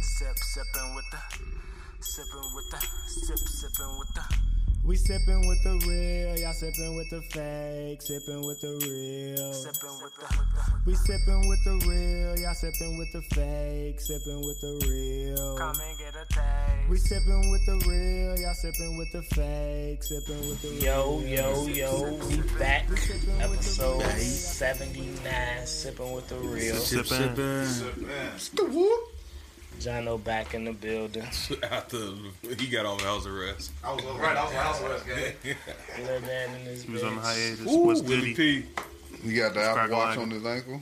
sip, sipping with the, sipping with the, sip, sipping with the. We sipping with the real, y'all sipping with the fake, sipping with the real. Sipping with the, with the We sipping with the real, y'all sipping with the fake, sipping with the real. come and get a taste. We sipping with the real, y'all sipping with the fake, sipping with the real. Yo, yo, yo, we back. Episode 79, sipping with the real. Sip, sippin'. Jono back in the building. after he got off house arrest. I was right. I was house arrest, gang. Little dad in his He was on bitch. hiatus. Ooh, What's Willie goody? P. He got the Apple Sparkle Watch Lime. on his ankle.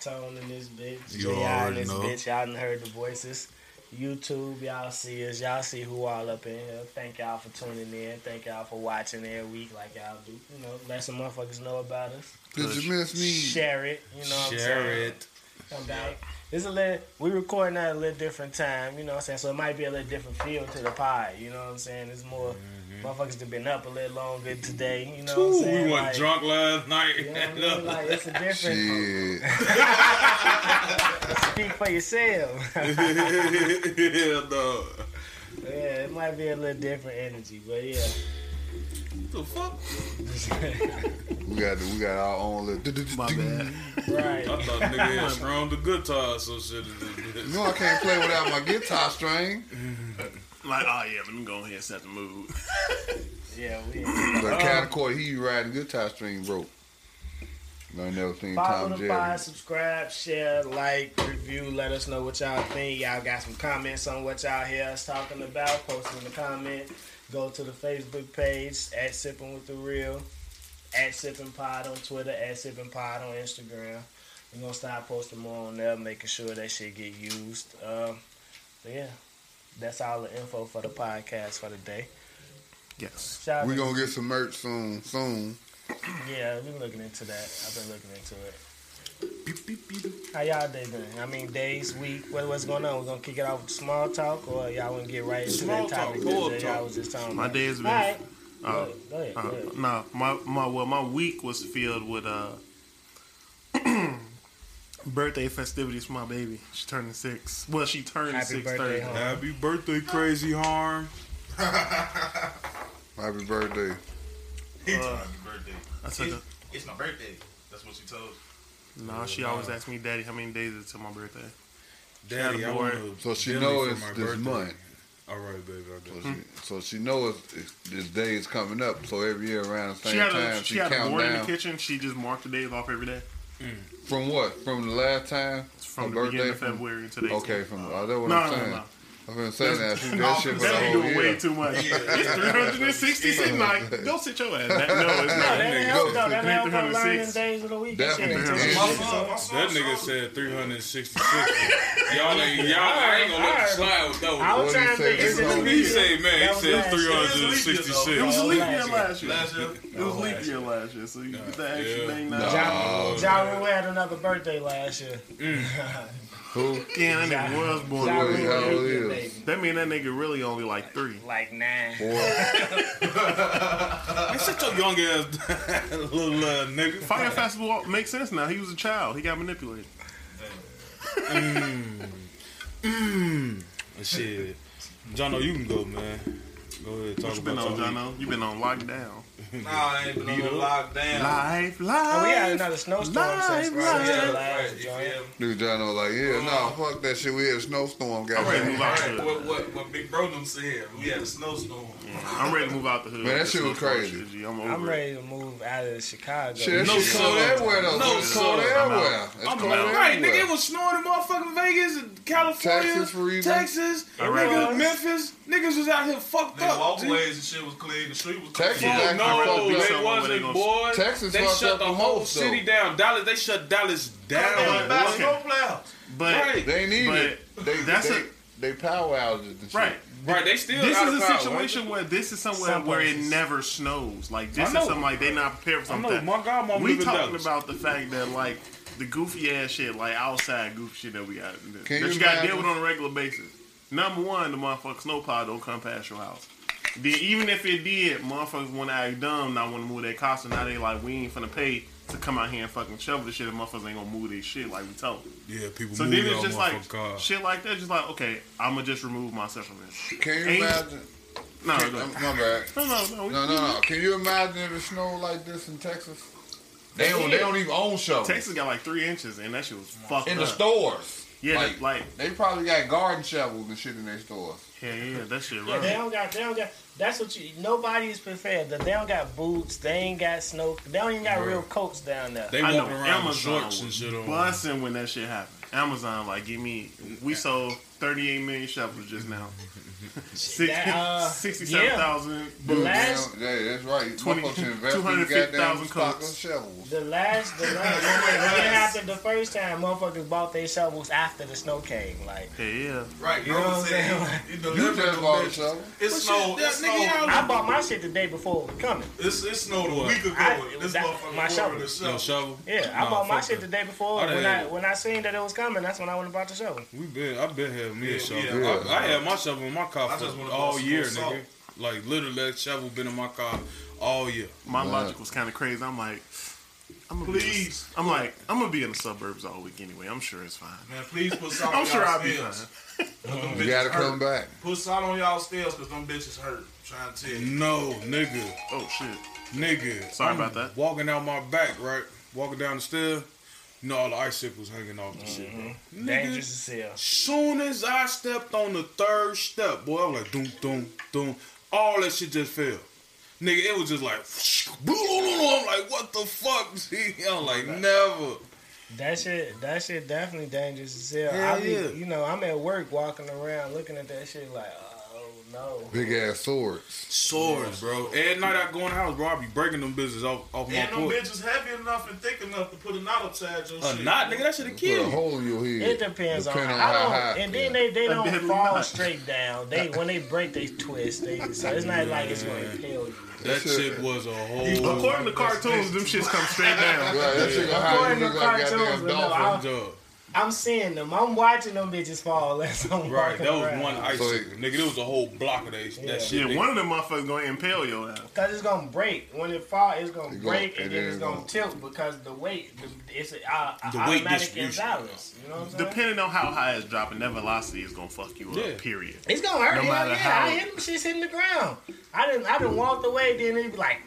Tone in this bitch. You Y'all in already this know. bitch. Y'all done heard the voices. YouTube, y'all see us. Y'all see who all up in here. Thank y'all for tuning in. Thank y'all for watching every week like y'all do. You know, let some motherfuckers know about us. Did you miss me? Share it. You know what I'm saying? Share it. come back. It's a little we recording at a little different time, you know what I'm saying? So it might be a little different feel to the pie, you know what I'm saying? It's more motherfuckers that been up a little longer today, you know what I'm Ooh, saying? Mm-hmm. we went Like, drunk last night. You know what I mean? Like it's a different Shit. speak for yourself. yeah, no. yeah, it might be a little different energy, but yeah. What the fuck? We got we got our own little. My bad. I Right. thought nigga had strummed the guitar or some shit. No, I can't play without my guitar string. Like, oh yeah, let me go ahead and set the mood. Yeah, we Uh-huh. The category he riding guitar string broke. I ain't never seen Follow Tom the Jerry. pod, subscribe, share, like, review, let us know what y'all think. Y'all got some comments on what y'all hear us talking about. Post it in the comment. Go to the Facebook page at Sipping with the Real, at Sipping Pod on Twitter, at Sipping Pod on Instagram. We're gonna start posting more on there, making sure that shit get used. Um, so yeah, that's all the info for the podcast for the day. Yes. Shout We gonna get some merch soon. Soon. Yeah, we looking into that. I've been looking into it. How y'all day been? I mean, days, week, what, what's going on? We're gonna kick it off with small talk, or y'all wanna get right into Small that topic talk, that boy y'all talk. was just talking My about? day has been. All right, go uh, ahead, go ahead, uh, go ahead. no, my my well, my week was filled with uh birthday festivities for my baby. She turning six. Well, she turned Happy six birthday, Thursday. hon. Happy birthday, Crazy Harm. Happy birthday. Uh, He told me happy birthday. I It's, said, uh, it's my birthday. That's what she told. us. nah. Oh, She always asks me, Daddy, how many days is it till my birthday? Daddy, I Attaboy. want So she know it's this month. All right, baby, I got So you. Hmm. she, so she know it's, it's this day is coming up. So every year around the same she had time, a she, she, had a count board in the down kitchen. She just marked the days off every day from what? From the last time? from Her the beginning of from- February to today. Okay, from oh, that's what No, I'm no, saying. no. I've been saying that. She, that shit for the That'd be whole doing way year. too much. It's 366 night. Go sit your ass back. No, it's No, not. that ain't help though. That Three ain't help hundred for learning six. days of the week. That shit Definitely. ain't teaching My Yeah. shit. son, my so- son. That nigga said. said 366. y'all ain't, y'all I ain't gonna let you slide with I that was What he trying to say? think. Is it It's a one. on- leap He year? say, man, That he was last said year. It It 366. was a leap last year year. last year. Last year. It was leap year last year, so you get that extra yeah. thing now. Oh, Ja, ja Rule had another birthday last year. Who? Yeah, that nigga was born. Ja early. Rule how had old a is? baby. That mean that nigga really only like three. Like nine. Boy, Man, shut your young ass down, little uh, nigga. Fire Festival makes sense now. He was a child. He got manipulated. Shit. Jono, you can go, man. Go ahead, talk What you been about on, your Jono? You been on lockdown. Nah, I ain't been Beat on up. no lockdown. Life, And we had life. another snowstorm since Live, right, Yeah, last right. joint. if you have- dude, John was like, yeah, nah, fuck that shit. We had a I'm snowstorm, ready to goddamn. move All out the right, hood. what, what, what Big Bro them said, we had a snowstorm. I'm ready to move out the hood. Man, that This shit was snowstorm crazy. shit, G. I'm over I'm it. ready to move out of Chicago. Shit, that No, shit cold sir. everywhere though. No, it's sir. I'm cold out. everywhere. It's I'm cold out. everywhere. Right, nigga, it was snowing in motherfucking Vegas, and California, Texas for reason. Texas, All nigga, right. Memphis. Niggas was out here fucked Nigga, up. Oh, walkways and shit was clean. The street was Texas clean. actually No, I'd rather be they somewhere where they wasn't, gonna- boy. Texas they fucked shut up the the whole most, city though. down. Dallas, they shut Dallas Down down. by Okay. snow plows. But Right, They need But it. They, that's they, a- they power outages and shit. right. right. They still. This out is of a power, situation where this is somewhere Some where it places. never snows. Like this I is know. something like they're not prepared for I know. something. like that. My grandma we live in talking Dallas. about the fact that like the goofy ass shit, like outside goofy shit that we got Can that you you got to imagine? deal with on a regular basis. Number one, the motherfucking snowplow don't come past your house. Then even if it did, motherfuckers want to act dumb, not want to move their cost, and now they like we ain't finna pay to come out here and fucking shovel the shit, and motherfuckers ain't gonna move their shit like we told them. Yeah, people So move then it's y'all just motherfucking like car. shit like that. Just like okay, I'm gonna just remove myself from this. Can you Ain't- imagine? No, Can, no, um, my bad. no, no, no. we- No, no, no. Can you imagine if it snowed like this in Texas? They don't. They don't even own shovels Texas got like three inches, and that shit was fucked in up. the stores. Yeah, like- like, like They probably got garden shovels and shit in their stores. yeah, yeah, that shit Yeah, they right. don't got. They don't got. That's what you. Nobody is prepared. They don't got boots. They ain't got snow. They don't even got real coats down there. They I walking know around with Amazon shorts and was shit on. busting when that shit happened. Amazon like give me. We sold 38 million shovels just now. Six, That, uh, 67,000 The boots. last, Damn, yeah, that's right. 20 Motherfuckers should invest in 250,000 goddamn stock coats. of shovels. the last, the last. when it happened the first time, motherfuckers bought their shovels after the snow came. Like Yeah, yeah. Right, you You know know what I'm what saying? I'm You know, You just bought a it's shovel. snow. It's snow. I bought my shit the day before it was coming. It's it snowed a week ago. I- and this that- motherfucker my ordered shovel. a No shovel. shovel. Yeah, I Nah, bought my fuck shit that. the day before. I done when had I it. when I seen that it was coming, that's when I went and bought the shovel. We been, I been had me Yeah, a shovel. yeah. I, I had my shovel in my car I for just wanna all bust some year, salt. nigga. Like literally, that shovel been in my car all year. My logic was kind of crazy. I'm like, I'm gonna Please. Be in the, I'm like, I'm gonna be in the suburbs all week anyway. I'm sure it's fine. Man, please put salt I'm on sure y'all I'll be stairs. fine. Them You bitches gotta hurt. come back. Put salt on y'all stairs because them bitches hurt. I'm trying to tell you. No, nigga, Oh shit. nigga. Sorry I'm about that. Walking out my back, right? Walking down the stair. You know all the icicles hanging off the shit, Mm-hmm. bro. Nigga, Dangerous as hell. Soon as I stepped on the third step, boy, I was like, doom, doom, doom. All that shit just fell. Nigga, it was just like, I'm like, what the fuck? G? I'm like, never. That shit, that shit definitely dangerous as hell. Hell I be, yeah. you know, I'm at work walking around looking at that shit like, oh no. Big ass swords. Swords, bro. Every night I go in the house, bro, I be breaking them bitches off, off my And them porch. bitches heavy enough and thick enough to put a knot upside your A shit. knot, nigga, that should have Put a killed me. hole in your head. It depends on, Depend how, I don't, high. and then they, they don't Definitely fall not. straight down. They when they break, they twist. They, so it's not like it's gonna impale you. That shit was a whole According to cartoons, them shits come straight down. Right, that shit gonna hide. According You to look like a cartoons, but goddamn no, dolphin. I- job. I'm seeing them. I'm watching them bitches fall as I'm Right, walking that was around. one icicle. But- nigga, there was a whole block of that, Yeah. that shit. Yeah, nigga. one of them motherfuckers gonna impale your ass. Cause it's gonna break when it fall. It's gonna It go- break and it then is it's gonna, gonna- tilt because the weight. The, it's a, uh, a The weight automatic distribution. imbalance. You know what I'm saying? Depending on how high it's dropping, that velocity is gonna fuck you Yeah. up. Period. It's gonna hurt. No hell matter yeah, how- I hit them shits hitting the ground. I didn't. I didn't walked away. Then it'd be like,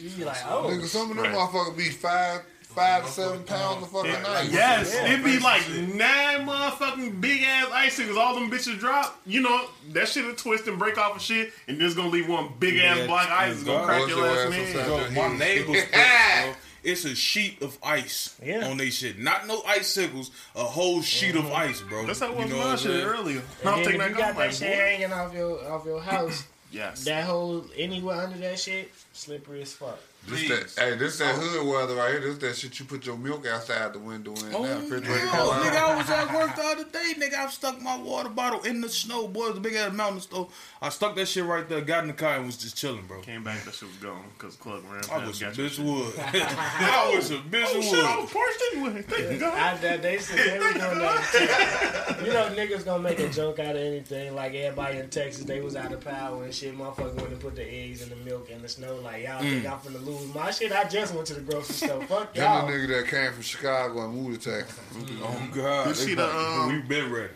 you be like, oh, Nigga, some of them Right. motherfuckers be five, five to seven pounds a fucking night. Yes, Yeah. it'd be like nine motherfucking big ass icicles. All them bitches drop. You know that shit'll twist and break off and shit, and there's gonna leave one big Yeah, ass black it's ice gonna gone. crack Once your your ass ass man. upside Bro, my neighbor's place, bro. It's a sheet of ice Yeah. on they shit. Not no icicles, a whole sheet Mm-hmm. of ice, bro. That's how it was what I'm my shit saying? earlier. And I then don't think if that you got got that like shit boy. hanging off your off your house. Yes. that hole anywhere under that shit, slippery as fuck. This that, hey, this that hood weather right here. This that shit you put your milk outside the window in. Oh, now, no, refrigerator nigga, I was at work the other day, nigga. I stuck my water bottle in the snow, boy. It's a big ass mountain store. I stuck that shit right there, got in the car, and was just chilling, bro. Came back, that shit was gone because Club ran. I wish a got bitch would. I wish a bitch Oh, shit, I was would. parched anyway. Thank God. I, that, they said they was doing that. in Texas. You know, niggas gonna make a joke out of anything. Like everybody in Texas, they was out of power and shit. Motherfucker went and put the eggs and the milk in the snow. Like y'all think Mm. I'm finna lose my shit? I just went to the grocery store. Fuck Then the y'all. nigga that came from Chicago and moved to Texas. Oh, God. You see the, um, We've been ready.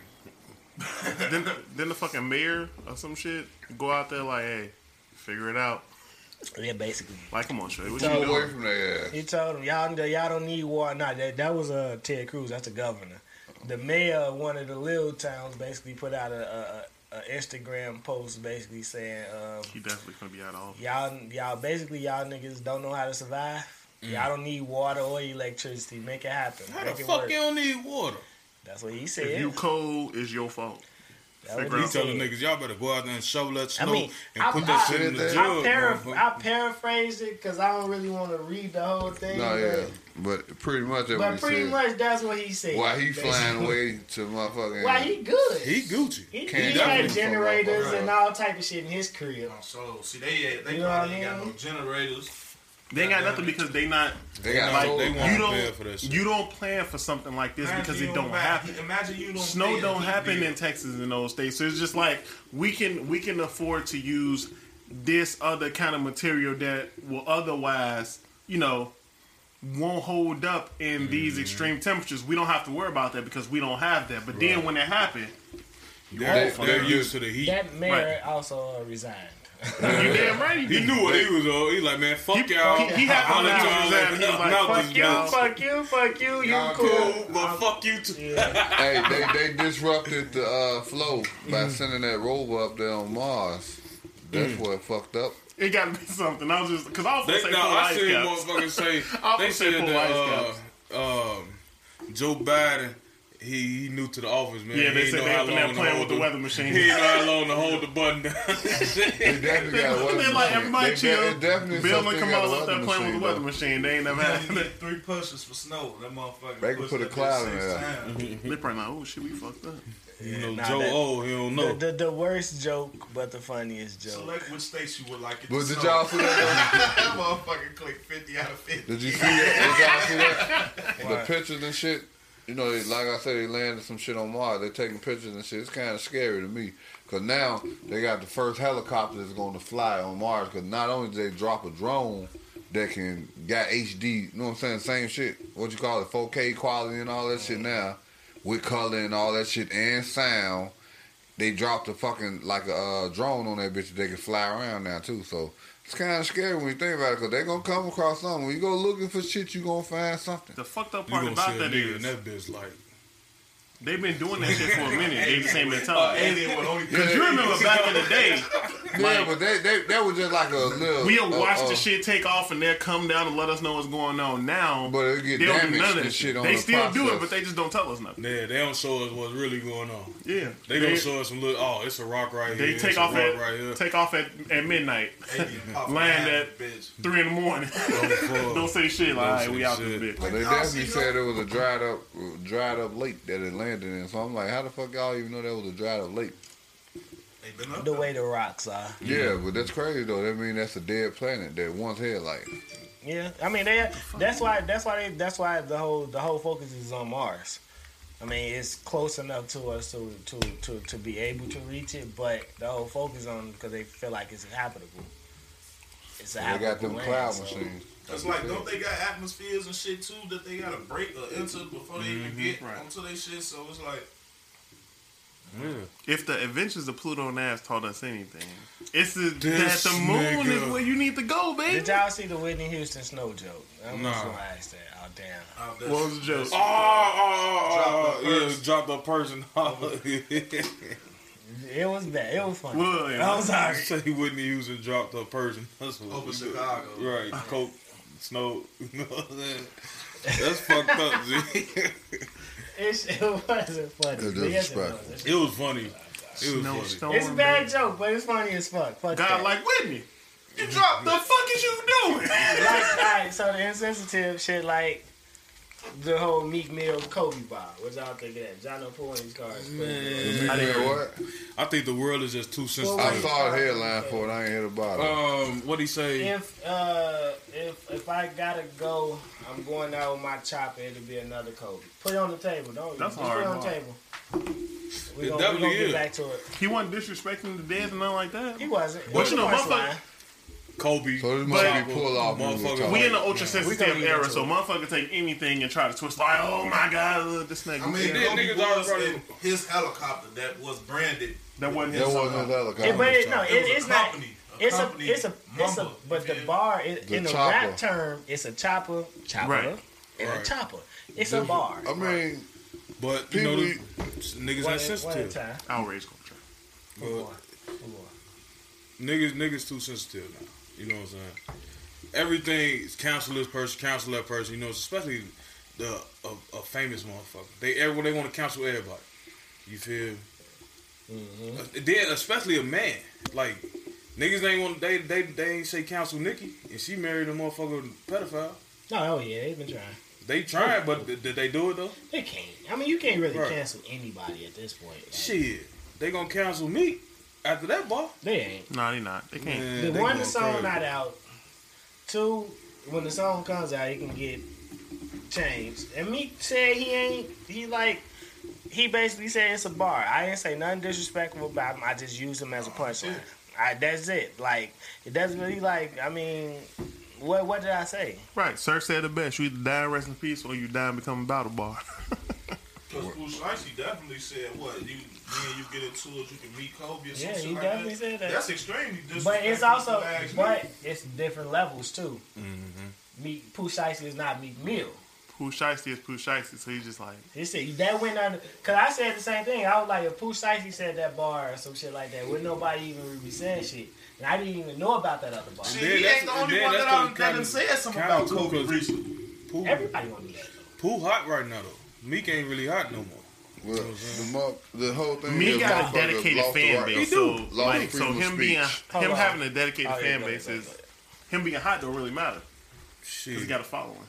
then, then the fucking mayor or some shit go out there like, hey, figure it out. Yeah, basically. Like, come on, Shay, what So- you away doing? from their ass. He told him, y'all, y'all don't need war. Nah, that, that was uh, Ted Cruz. That's the governor. The mayor of one of the little towns basically put out a, a, a Instagram post basically saying, um, He definitely gonna be out of office. y'all, y'all basically y'all niggas don't know how to survive. Y'all don't need water or electricity. Make it happen. How Make the it fuck work. you don't need water? That's what he If said. you cold, it's your fault. That's what figure he out- He telling said. niggas, y'all better go out there and shovel that I snow mean, and I- put that I- shit in the I jug. I, para- motherfucker. I paraphrased it because I don't really want to read the whole thing. No, yeah. but- But pretty much that But, what he pretty said. much that's what he said. Why he basically. flying away to motherfucking. Why he good? He Gucci. He, Can't he had definitely generators fuck up, and all type of shit in his crib. Oh, So, see, they, ain't- they You know what probably I ain't got mean? no generators. They ain't got nothing because they not. they got Like, sold they out. want- You prepared for that don't. shit. You don't plan for something like this because you it don't ima- happen. Imagine you don't Snow stay don't heat happen bill. in Texas and those states. So it's just like we can we can afford to use this other kind of material that will otherwise, you know, won't hold up in Mm-hmm. these extreme temperatures. We don't have to worry about that because we don't have that. But then when it happened, They're, fuck they're that. used to the heat. That mayor Right. also uh, resigned. you damn right He did. knew what he was on. He like, man, fuck He- y'all. he- he had I'll all let that y'all reserve. like, He was like, mouth fuck this you, bitch. Fuck you, fuck you, you Y'all cool. Cool, but fuck you too. Hey, they, they disrupted the uh, flow by sending that rover up there on Mars. That's what fucked up. It got to be something. I was just because I was gonna They, say no, full I ice seen caps. motherfuckers I say was they gonna say said pull that ice uh, um, Joe Biden he, he new to the office, man. Yeah, he they ain't said know they how up in there long to playing hold with the weather machine. He ain't know how long to hold the button down. They definitely got a weather They like machine. everybody They de- chill. it definitely Bill and something got a Kamala up there playing weather with the machine, weather though. machine. They ain't never Man, had you that. get three pushes for snow. That motherfucker. They can pushed put a that bitch cloud in six there. times. Mm-hmm. They probably like, oh shit, we fucked up. you know, nah, Joe that- old, he don't The, know. the, the worst joke, but the funniest joke. Select which states you would like it to But did snow. y'all see that? that motherfucker clicked 50 out of 50. though? Did you see that? Did y'all see that? The pictures and shit. You know, they- like I said, they landed some shit on Mars. They're taking pictures and shit. It's kind of scary to me. Because now they got the first helicopter that's going to fly on Mars. Because not only did they drop a drone that can got HD, you know what I'm saying? Same shit. What you call it? 4K quality and all that shit now. With color and all that shit and sound. They dropped a fucking, like a uh, drone on that bitch that they can fly around now too. So it's kind of scary when you think about it. Because they're going to come across something. When you go looking for shit, you going to find something. The fucked up You part gonna about see a that nigga is in that bitch like they've been doing that shit for a minute. They the same Uh, mentality. alien would only Because you remember back in the day, Yeah, like, but they, they that was just like a little. we'll uh, watch uh, the shit take off and they'll come down and let us know what's going on. Now, But it'll get they don't do damaged none of and that shit shit. on They the still do process. it, but they just don't tell us nothing. Yeah, they don't show us what's really going on. Yeah, They gonna show us some little. Oh, it's a rock right They here. it's take a off rock at right here. take off at, at midnight, alien pop Land out, that- bitch. three in the morning. don't say shit. Like, all right, we say out shit. this bitch. But they Like, y'all definitely see said it was a dried up, dried up lake that it landed in. So I'm like, how the fuck y'all even know that was a dried up lake? They been up The there. way the rocks are. Yeah, but that's crazy though. That mean that's a dead planet that once had like. Yeah, I mean they. That's why. That's why. They, that's why the whole the whole focus is on Mars. I mean, it's close enough to us to to to, to be able to reach it, but the whole focus on because they feel like it's habitable. It's a They got habitable them land, cloud so- machines. It's like, don't they got atmospheres and shit too that they gotta break or enter before they Mm-hmm, even get right. onto their shit? So it's like, If the Adventures of Pluto and Ass taught us anything, it's the, that This the moon nigga. is where you need to go, baby. Did y'all see the Whitney Houston snow joke? I was Nah. gonna ask that. Oh damn! oh, that's, What was the joke? Oh, oh, oh, oh, Drop the oh, yeah, purse. drop the person. It was bad. It was funny. Well, yeah. I'm sorry. Say he wouldn't use and drop the person. That's what Over we do. Chicago. right? Coke, snow. You know what I'm saying? That's fucked up. Z. It, it wasn't funny. It's but yes, it disrespectful. was. It was funny. It was No funny. storm, It's a bad joke, but it's funny as fuck. Fuck God that. like Whitney. You dropped the fuck is you doing? like, alright, so the insensitive shit, like the whole Meek Mill Kobe bar. What y'all think of that? Y'all know who these cards. Man. You mean what? I think the world is just too sensitive. I saw a headline for it. I ain't hit about it. um, what he say? If uh, if if I gotta go, I'm going out with my chopper. It'll be another Kobe. Put it on the table. Don't That's just put hard, it on the man. table. We It gonna, we gonna definitely get is. back to it. He wasn't disrespecting the dead and nothing like that. He wasn't. It But was you a know, punchline. motherfucker- Kobe. So this but- must be pull off. when we were Motherfucker, talking. We in the ultra Yeah, we sensitive gonna get era, into so it. motherfucker take anything and try to twist. Like, oh my god, look, this nigga. I mean, Yeah, Kobe niggas already was brought in it. his helicopter that was branded. that wasn't his. That wasn't his Yeah, but helicopter. it, no, It it, was a it's not. company. A It's a, company. it's a, it's a, Mumble. but the Yeah. bar i- The in the chopper. rap term, it's a chopper, chopper, Right. and a Right. chopper. It's a bar. I mean, But you know, People- this- niggas One ain't at- one at a sensitive. time. outrage culture. But niggas, niggas too sensitive now. You know what I'm saying? Everything is counsel this person, counsel that person. You know, especially the a, a famous motherfucker. They everyone they want to counsel everybody. You feel? Mm-hmm. Uh, Then especially a man like niggas ain't want they they they ain't say counsel Nikki and she married a motherfucker pedophile. No, oh yeah, they've been trying. They tried, but th- did they do it though? They can't. I mean, you can't really Right. cancel anybody at this point. Like, Shit, they gonna counsel me after that, boy. They ain't. No, they not. They can't. Man, The they one, going the song crazy. not out. Two, when the song comes out, it can get changed. And me said he ain't. He like. He basically said it's a bar. I didn't say nothing disrespectful about him. I Oh, just used him as a punchline. I, that's it. Like it doesn't really like. I mean, What What did I say? Right. Sir said the best. You either die and rest in peace or you die and become a battle bar. Because Pusha definitely said, what, you, me and you get into it, you can meet Kobe or some Yeah, shit he like definitely that. said that. That's extremely disrespectful. But it's also, if you ask me. but it's different levels too. Mm-hmm. Meat Pooh Shiesty is not meat meal. Pooh Shiesty is Pooh Shiesty, so he's just like, He said that went under. Cause I said the same thing. I was like, if Pooh Shiesty said that bar or some shit like that, would nobody even be saying shit? And I didn't even know about that other bar. Shit, then he that's- ain't the and only then one that's that I what done- he that kinda- done said something kinda about cool, Kobe 'cause- recently. Pooh, Everybody want to do that. Pooh hot right now though. Meek ain't really hot no more. Well, uh, the, mo- the whole thing. me is got motherfucker a dedicated lost the fan right- base, He so do. Lost like, so freedom of him being speech. him on. having a dedicated Oh, yeah, fan go base ahead, go is him being hot don't really matter because he Shit. got a following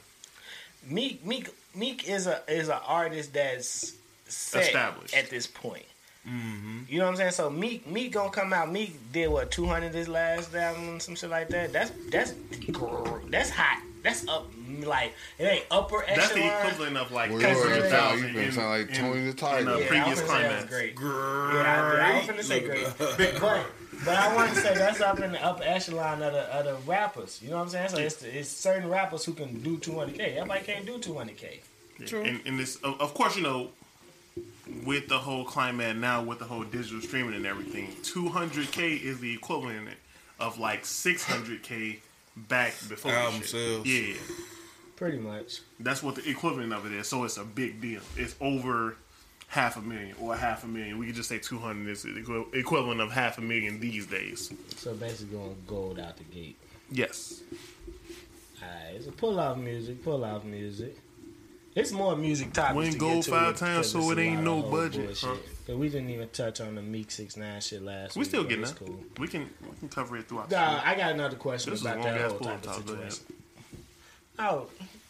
Meek Meek Meek is a is an artist that's set Established. at this point. Mm-hmm. You know what I'm saying? So Meek Meek gonna come out. Meek did what 200 this last album, some shit like that. That's that's gr- that's hot. That's up like it ain't upper echelon. that's the equivalent of like Well, three you hundred already sound- thousand. you been sound like Tony the Tiger. in yeah, a Yeah, I was previous finna say that was climax. great. Great. Yeah, I, I was finna say Look great, at but but I want to say that's up in the upper echelon of the, of the rappers. You know what I'm saying? So it's, it's certain rappers who can do 200k. Everybody can't do 200k. Yeah, And, and this, of, of course, you know, with the whole climate now, with the whole digital streaming and everything, 200k is the equivalent of like 600k back before this Album shit. sales. Yeah, Pretty much. that's what the equivalent of it is. So it's a big deal. It's over half a million or half a million. We could just say 200 is the equi- equivalent of half a million these days. So basically going gold out the gate. Yes. Alright, it's a pull off music, pull off music. It's more music topics. Win to get gold to five it, times, 'cause so it's it a ain't lot of no whole budget, bullshit. huh? But we didn't even touch on the Meek Six Nine shit last We week. still but getting it's that. cool. We can we can cover it throughout. the Nah, show. I got another question This is about long that ass whole pull type of top, go ahead. situation. Oh,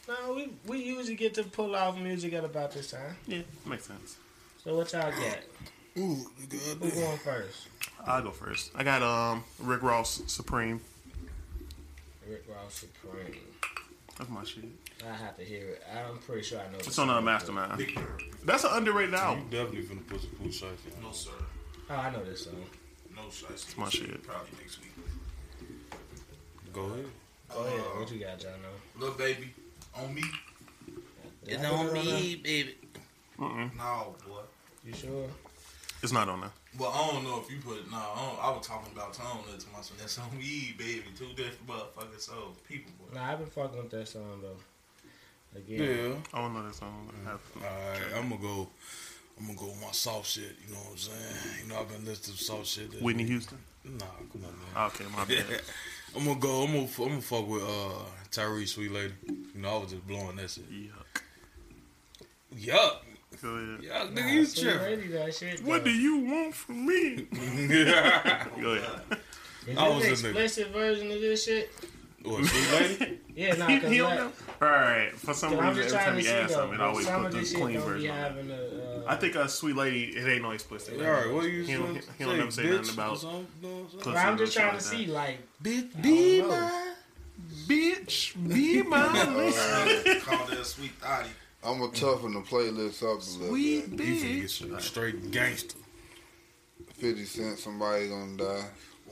no, we we usually get to pull off music at about this time. yeah, makes sense. So what y'all got? Ooh, Who goddamn. going first? I'll go first. I got um Rick Ross Supreme. Rick Ross Supreme. That's my shit. I have to hear it. I'm pretty sure I know. It's on uh, Mastermind. That's an underrated You album. definitely finna put some Pooh Shiesty on. No, sir. Oh, I know this song. No, sir. It's my shit. Probably next week. Go ahead. Go ahead. Oh. What you got, John? Little baby, on me. It's on me, baby. Hmm? No, boy. You sure? It's not on there. Well, I don't know if you put no. I, don't, I was talking about Tom that to myself. That's on me, baby. Two different motherfucking souls, people. Boy. Nah, I've been fucking with that song though. Again, Yeah. I don't know that song. I have to- Alright, I'm gonna go. I'm gonna go with my soft shit. You know what I'm saying? You know I've been listening to soft shit. This Whitney week. Houston. Nah, come on, man. Okay, my bad. I'm gonna go. I'm gonna. I'm gonna fuck with uh, Tyrese, sweet lady. You know I was just blowing that shit. Yuck. Yuck, Go ahead. yuck, Nah, nigga, you Sweet tripping? Lady, that shit, What do though. you want from me? Yeah. Go ahead. Is this an I was a nigga. explicit version of this shit? What, sweet lady? Yeah, nah, He- cause he don't like, know? All right. For some I'm reason, every just trying time to you see ask though. him, it always some put of this the shit clean don't be version. on there. having a. Uh, I think a sweet lady. It ain't no explicit. All right, what you He don't- supposed to he don't never say nothing bitch, about- or something, you know what I'm saying? But Pussy I'm or just something trying to see, like like, Bitch, I be don't know. my. Bitch, be my lady. Call that sweet thotty. I'm gonna toughen the playlist up a little We bit. You finna get bitch. some straight gangster. Fifty Cent, somebody gonna die.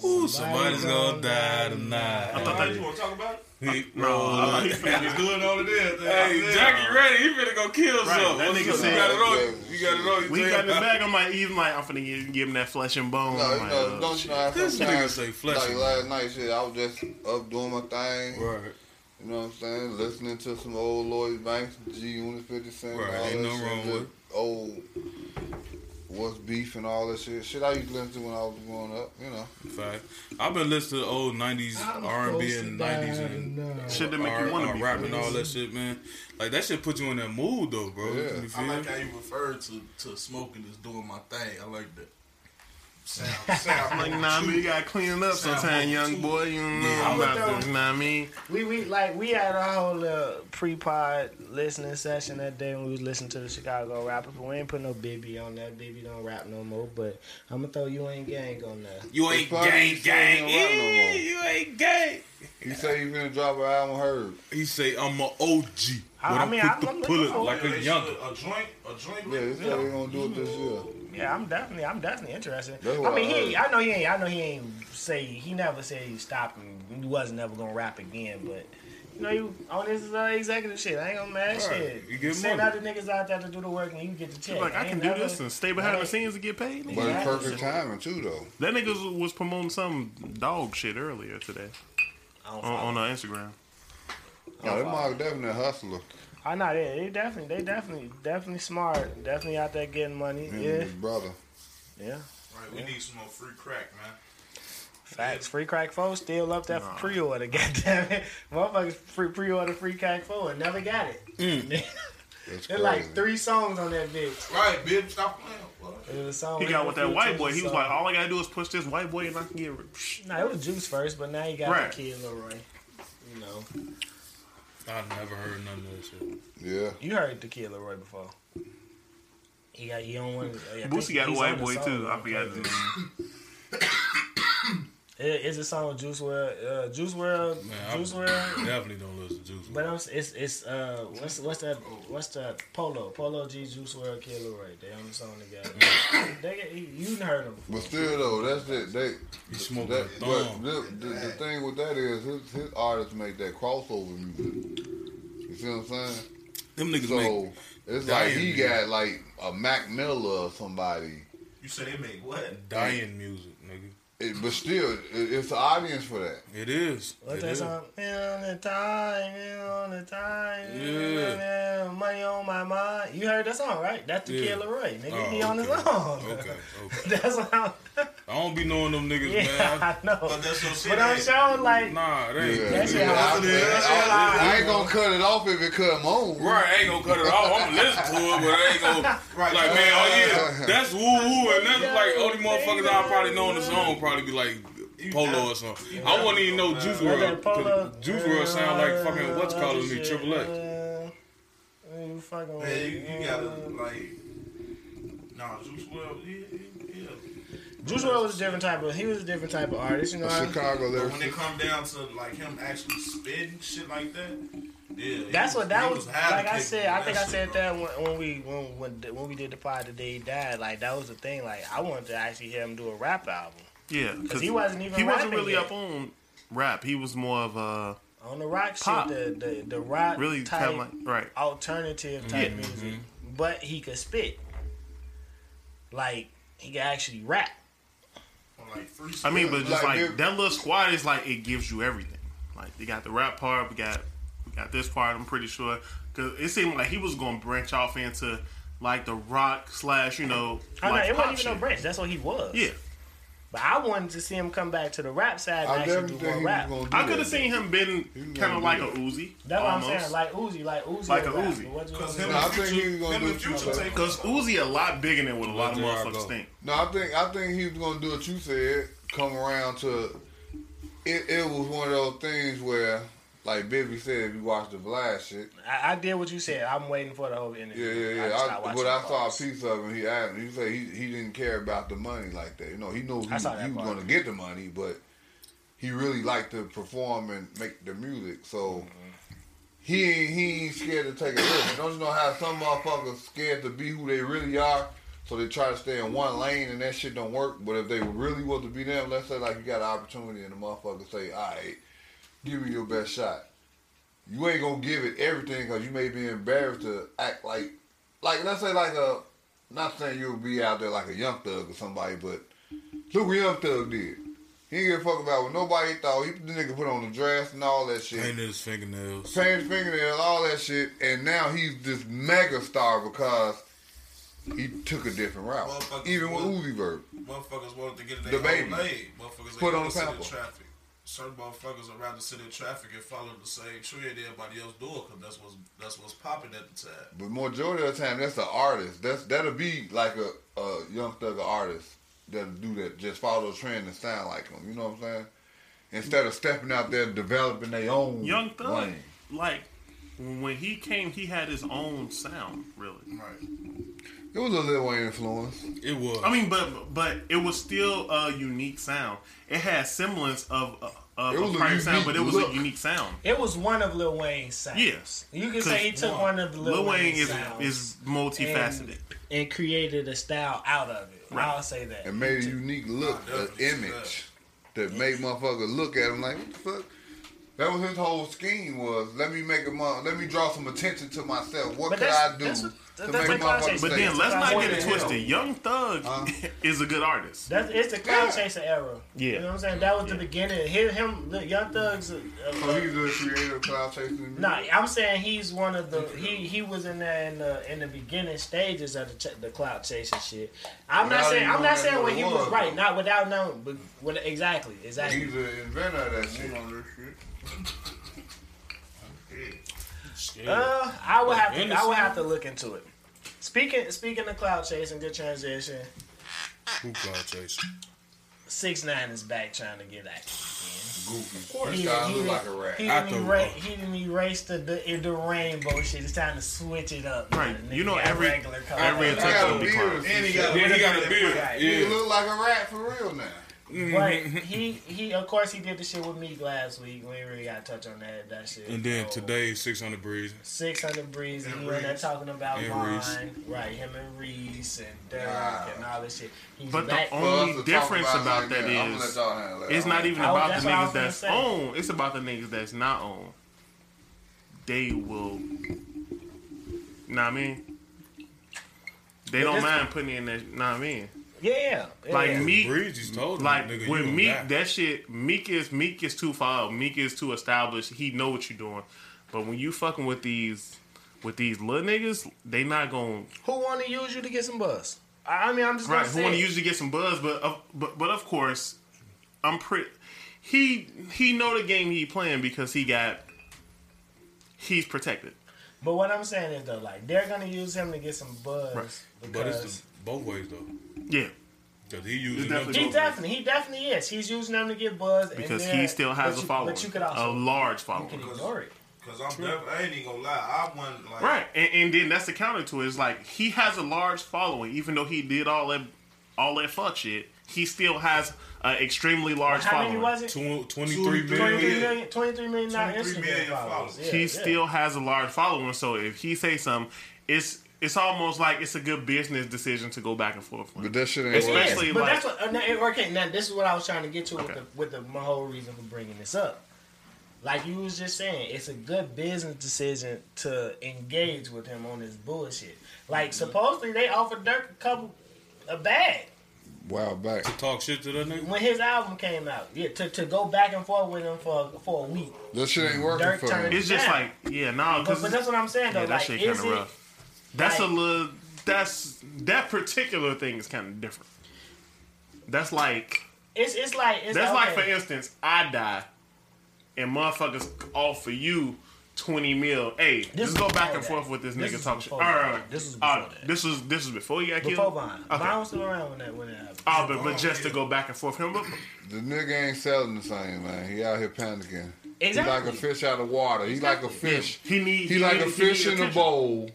Ooh, somebody's gonna die I tonight. thought that You want to talk about it? He- No, he's He's doing all of this. Hey, Jackie ready. He finna go kill Uh-huh. Right, something. that nigga you said- got it on. You got it on. You We think got in the about- bag. I'm like, even like, I'm finna give, give him that flesh and bone. No, I'm you like, know, oh, don't shit. you know, This nigga sometimes, say flesh like and last night, shit, I was just up doing my thing. Right. You know what I'm saying? Listening to some old Lloyd Banks, G Unit 50 Cent, Right, all ain't that nothing shit, wrong just with it. old what's beef and all that shit. Shit I used to listen to when I was growing up. You know, Fact. I've been listening to old nineties R and B and nineties and and Shit that make you R- want to uh, be rap and friends. all that shit, man. Like that shit put you in that mood though, bro. Yeah. You I feel? like how you refer to, to smoking as doing my thing. I like that. Sound, sound. I'm like, nah, man, you gotta clean up sometime, young boy. You don't know I'm with about those. this, nah, I mean? We we like we had a whole uh, pre-pod listening session that day when we was listening to the Chicago rappers, but we ain't put no Bibby on that. Bibby don't rap no more. But I'm gonna throw you ain't gang on there. You It's ain't probably gang, just gang. saying it right no Eh, more. You ain't gang. he say he finna drop an album, heard. He say I'm a OG. I, But I I'm mean, quick I'm, to I'm pull looking it for like it. a They younger. should- A joint, a joint. Yeah, they said they gonna do it this year. Yeah, I'm definitely, I'm definitely interested. That's I what mean, I he, ain't- heard. I know he ain't, I know he ain't say he never said he stopped and he wasn't never gonna rap again, but. You know, you on this uh, executive shit. I ain't gonna mad shit. you get Send money. out the niggas out there to do the work and you get the check. Like I can ain't do never- this and stay behind the Right. scenes and get paid. nigga. But Yeah. it's perfect timing too, though. That nigga was- was promoting some dog shit earlier today I don't follow. on, on uh, Instagram. Oh, No, that Mark definitely a hustler. I know they, they definitely, they definitely, definitely smart. Definitely out there getting money. Him and Yeah, his brother. yeah. Right, we need some more free crack, man. Facts. Free crack four still up there for pre-order. Goddamn it, motherfuckers free pre-order free crack four and never got it. That's There's crazy. like three songs on that bitch. Right, bitch, stop playing. What? It was a song He with got with that Future white boy. He was song. like, all I gotta do is push this white boy and I can get. Rich. Nah, it was Juice first, but now you got Right. the kid Leroy. You know, I never heard none of that shit. Yeah. you heard the kid Leroy before. He got he on one. Of the, yeah, I Boosie think got a he's white on the boy song too. I on forgot his Playboy. name. It- It's a song with Juice World. Uh, Juice World. Man, I- Juice World. Definitely don't listen to Juice. But I'm, s- it's it's uh what's what's that what's that Polo Polo G Juice World Killer right they on the song together. they get, you, you done heard them. But still, though, that's it. They He smoked that. a But thong. the, the, the thing with that is, his, his artists make that crossover music. You see what I'm saying? Them niggas make. So it's like he Damn, yeah. got like a Mac Miller or somebody. You said they make what? Dying music, nigga. It, but still, it, it's the audience for that. It is. What's It that is. song? On the time, in on the time, Yeah. yeah. money on my mind. You heard that song right? That's the Yeah. Kid Leroy. Nigga, Oh, he on his okay. own. Okay, okay. That's what I'm, I don't be knowing them niggas, man. yeah, I know. But that's your shit. But I'm man. showing like Nah, they ain't. That shit Yeah, hot. I- I, I ain't gonna cut it off if it cut him on. Right, I ain't gonna cut it off. I'm gonna listen to it, but I ain't gonna. Right, Like, man, oh yeah, that's woo woo, and that's like only motherfuckers I probably know in the song probably be like Polo or something. I wouldn't even know Juice What's that World. Polo? Juice World sound like fucking what's Uh, calling me shit, Triple X. uh, You fucking Man, you, you gotta like. Nah, Juice World, yeah, yeah. Juice WRLD was a different type of. He was a different type of artist, you know. A I- Chicago But when it lyricist. come down to like him actually spitting shit like that, yeah. he That's what that he was. Like I advocating said, for I think I shit, said bro. that when, when we when when the- when we did the pod the day he died. Like that was the thing. Like I wanted to actually hear him do a rap album Yeah, because he wasn't even he wasn't rapping really yet. up on rap. He was more of a on the rock Pop. shit. The the, the rock really type kind of like right. alternative type Yeah. music, Mm-hmm. but he could spit. Like he could actually rap. Like, free I mean, but just Like, like, dude- that little squad is like it gives you everything. Like you got the rap part, we got we got this part. I'm pretty sure because it seemed like he was gonna branch off into like the rock slash you know I know like, it pop wasn't even no shit. branch. That's what he was. Yeah, But I wanted to see him come back to the rap side and I actually definitely do more think he rap. was gonna do I could have that. seen him been was kind gonna of do like a that. Uzi. That's what I'm saying. almost. Like Uzi, like Uzi, Like a a rapper. Uzi. What you Because gonna him, No, I and think Future- he gonna him do and Future something. take Because Uzi a lot bigger than what a lot of There I go. motherfuckers think. No, I think I think he was gonna do what you said. Come around to it. It was one of those things where, like Bibby said, if you watch the Vlad shit, I, I did what you said. I'm waiting for the whole interview. yeah, yeah, I yeah. just I, stopped watching but I the saw a parts. piece of him. He asked, he said he he didn't care about the money like that. You know, he knew he, I saw that he was part. gonna get the money, but he really liked to perform and make the music. So. Mm-hmm. He ain't, he ain't scared to take a risk. Don't you know how some motherfuckers scared to be who they really are, so they try to stay in one lane and that shit don't work. But if they really want to be them, let's say like you got an opportunity and the motherfucker say, "All right, give me your best shot." You ain't gonna give it everything because you may be embarrassed to act like, like let's say like a, not saying you'll be out there like a young thug or somebody, but look what young thug did. He didn't give a fuck about what nobody thought. He the nigga put on the dress and all that shit Painted his fingernails. painted fingernails, all that shit, and now he's this mega star because he took a different route. Motherfucker. Even with Uzi Vert. Motherfuckers wanted to get The their baby. own laid. Motherfuckers Put ain't on gonna the sit in pamper. traffic. Certain motherfuckers are around the city in traffic and follow the same trend everybody else doing because that's what's that's what's popping at the time. But majority of the time, that's an artist. That's that'll be like a, a young thug artist that'll do that. Just follow the trend and sound like him. You know what I'm saying? Instead of stepping out there and developing their own Young Thug, lane. like when he came, he had his own sound, really. Right. It was a Lil Wayne influence. It was. I mean, but but it was still a unique sound. It had semblance of uh, of It was a a prior sound, unique but it was look. a unique sound. It was one of Lil Wayne's sounds. Yes. You can say he took one, of the Lil, Wayne Wayne's is sounds is multifaceted. and created a style out of it. Right. I'll say that. and made a unique look, an image that made motherfuckers look at him like, what the fuck? That was his whole scheme was let me make a mon- let me draw some attention to myself. What But could that's- I do that's what- to that's make what motherfuckers Kanye but think? said. then let's not What get it the hell? twisted. Young Thug is a good artist. That's, it's the cloud chaser era. Yeah. You know what I'm saying? That was the beginning. Him, him Lil- Young Thug's. Uh, so he's the creator of cloud chasing music. no, I'm saying he's one of the he he was in there in the in the beginning stages of the ch- the cloud chasing shit. I'm Without not saying I'm even not knowing saying what when it he was was, right, though. not without knowing, but when, exactly, exactly. He's the inventor of that shit. Uh, I would have to. I Innocent. would have to look into it. Speaking speaking of cloud chasing, good transition. Who cloud chasing? Six nine is back trying to get active. Goofy. Of He, course, didn't- guy he, look didn't- like a rat. he I didn't thought- erase, he didn't erase the, the the rainbow shit. It's time to switch it up. Right. man. You Nigga know, got every- regular color. every I attempt got will a be beard. clowned. and shit. Yeah, he got a beard. He Yeah. look like a rat for real now. but he he of course he did the shit with me last week. We ain't really got to touch on that that shit. And then So, today, 600 breeze. Six hundred breeze and he was Reese. there talking about And Vaughn, Reese. right? Him and Reese and Derek Nah. and all this shit. He's But the back. For us only to talk difference about it, that yeah, I'm gonna is let y'all handle that. It's I'm not gonna- even I was- about that's the what I was niggas gonna that's say. on. It's about the niggas that's not on. They will. Know what I mean? They don't this- mind putting in that. Know what I mean? yeah, yeah. Like yeah. Meek, Breeze just told him, like nigga, you with gonna Meek, die. that shit. Meek is Meek is too far. up. Meek is too established. He know what you're doing. But when you fucking with these, with these little niggas, they not gonna Who want to use you to get some buzz? I I mean, I'm just Right, gonna say who want to it. usually get some buzz, but of, but but of course, I'm pretty. He he know the game he playing because he got. He's protected. But what I'm saying is though, like they're gonna use him to get some buzz Right. But because it's the, both ways, though. Yeah, Because he using them definitely he to- both definitely, he definitely is. He's using them to get buzz and because then- he still has but a you- following, But you could a also large you could following. ignore it. Cause I'm def- I ain't even gonna lie. I wasn't like Right, and, and then that's the counter to it. It's like he has a large following, even though he did all that all that fuck shit. He still has an extremely large How following. many was it? Tw- 23 Two, million. 23 million. million, 23 million now 23 Instagram million followers. followers. Yeah, he yeah. still has a large following. So if he say something, it's it's almost like it's a good business decision to go back and forth. With. But that shit ain't Especially- Yes, working. but like- that's what. Uh, now, it- okay, now this is what I was trying to get to Okay. with the with the my whole reason for bringing this up. Like you was just saying, it's a good business decision to engage with him on this bullshit. Mm-hmm. Like supposedly they offered Dirk a couple a bag Wow, back. Talk shit to that nigga. when his album came out. Yeah, to, to go back and forth with him for for a week. That shit ain't working Dirk for turned- him. It's just Yeah. like, yeah, no, But, because but that's what I'm saying though. yeah, that like, shit kind is of it rough. That's like- a little. That's that particular thing is kind of different. That's like it's it's like it's that's like for okay. instance, I die, and motherfuckers offer you twenty mil. Hey, This just go was back before and that. forth with this, This nigga was talk shit. before that. Alright, This was alright. before that. this was this was before you got before killed. Vine. Okay. Vine was still around when that when that happened. Oh, but, but just to go back and forth, him. But, The nigga ain't selling the same, man. He out here panicking. He Exactly. like a fish out of water. He like a fish. He need- He, he like need- a he fish need in a attention. bowl,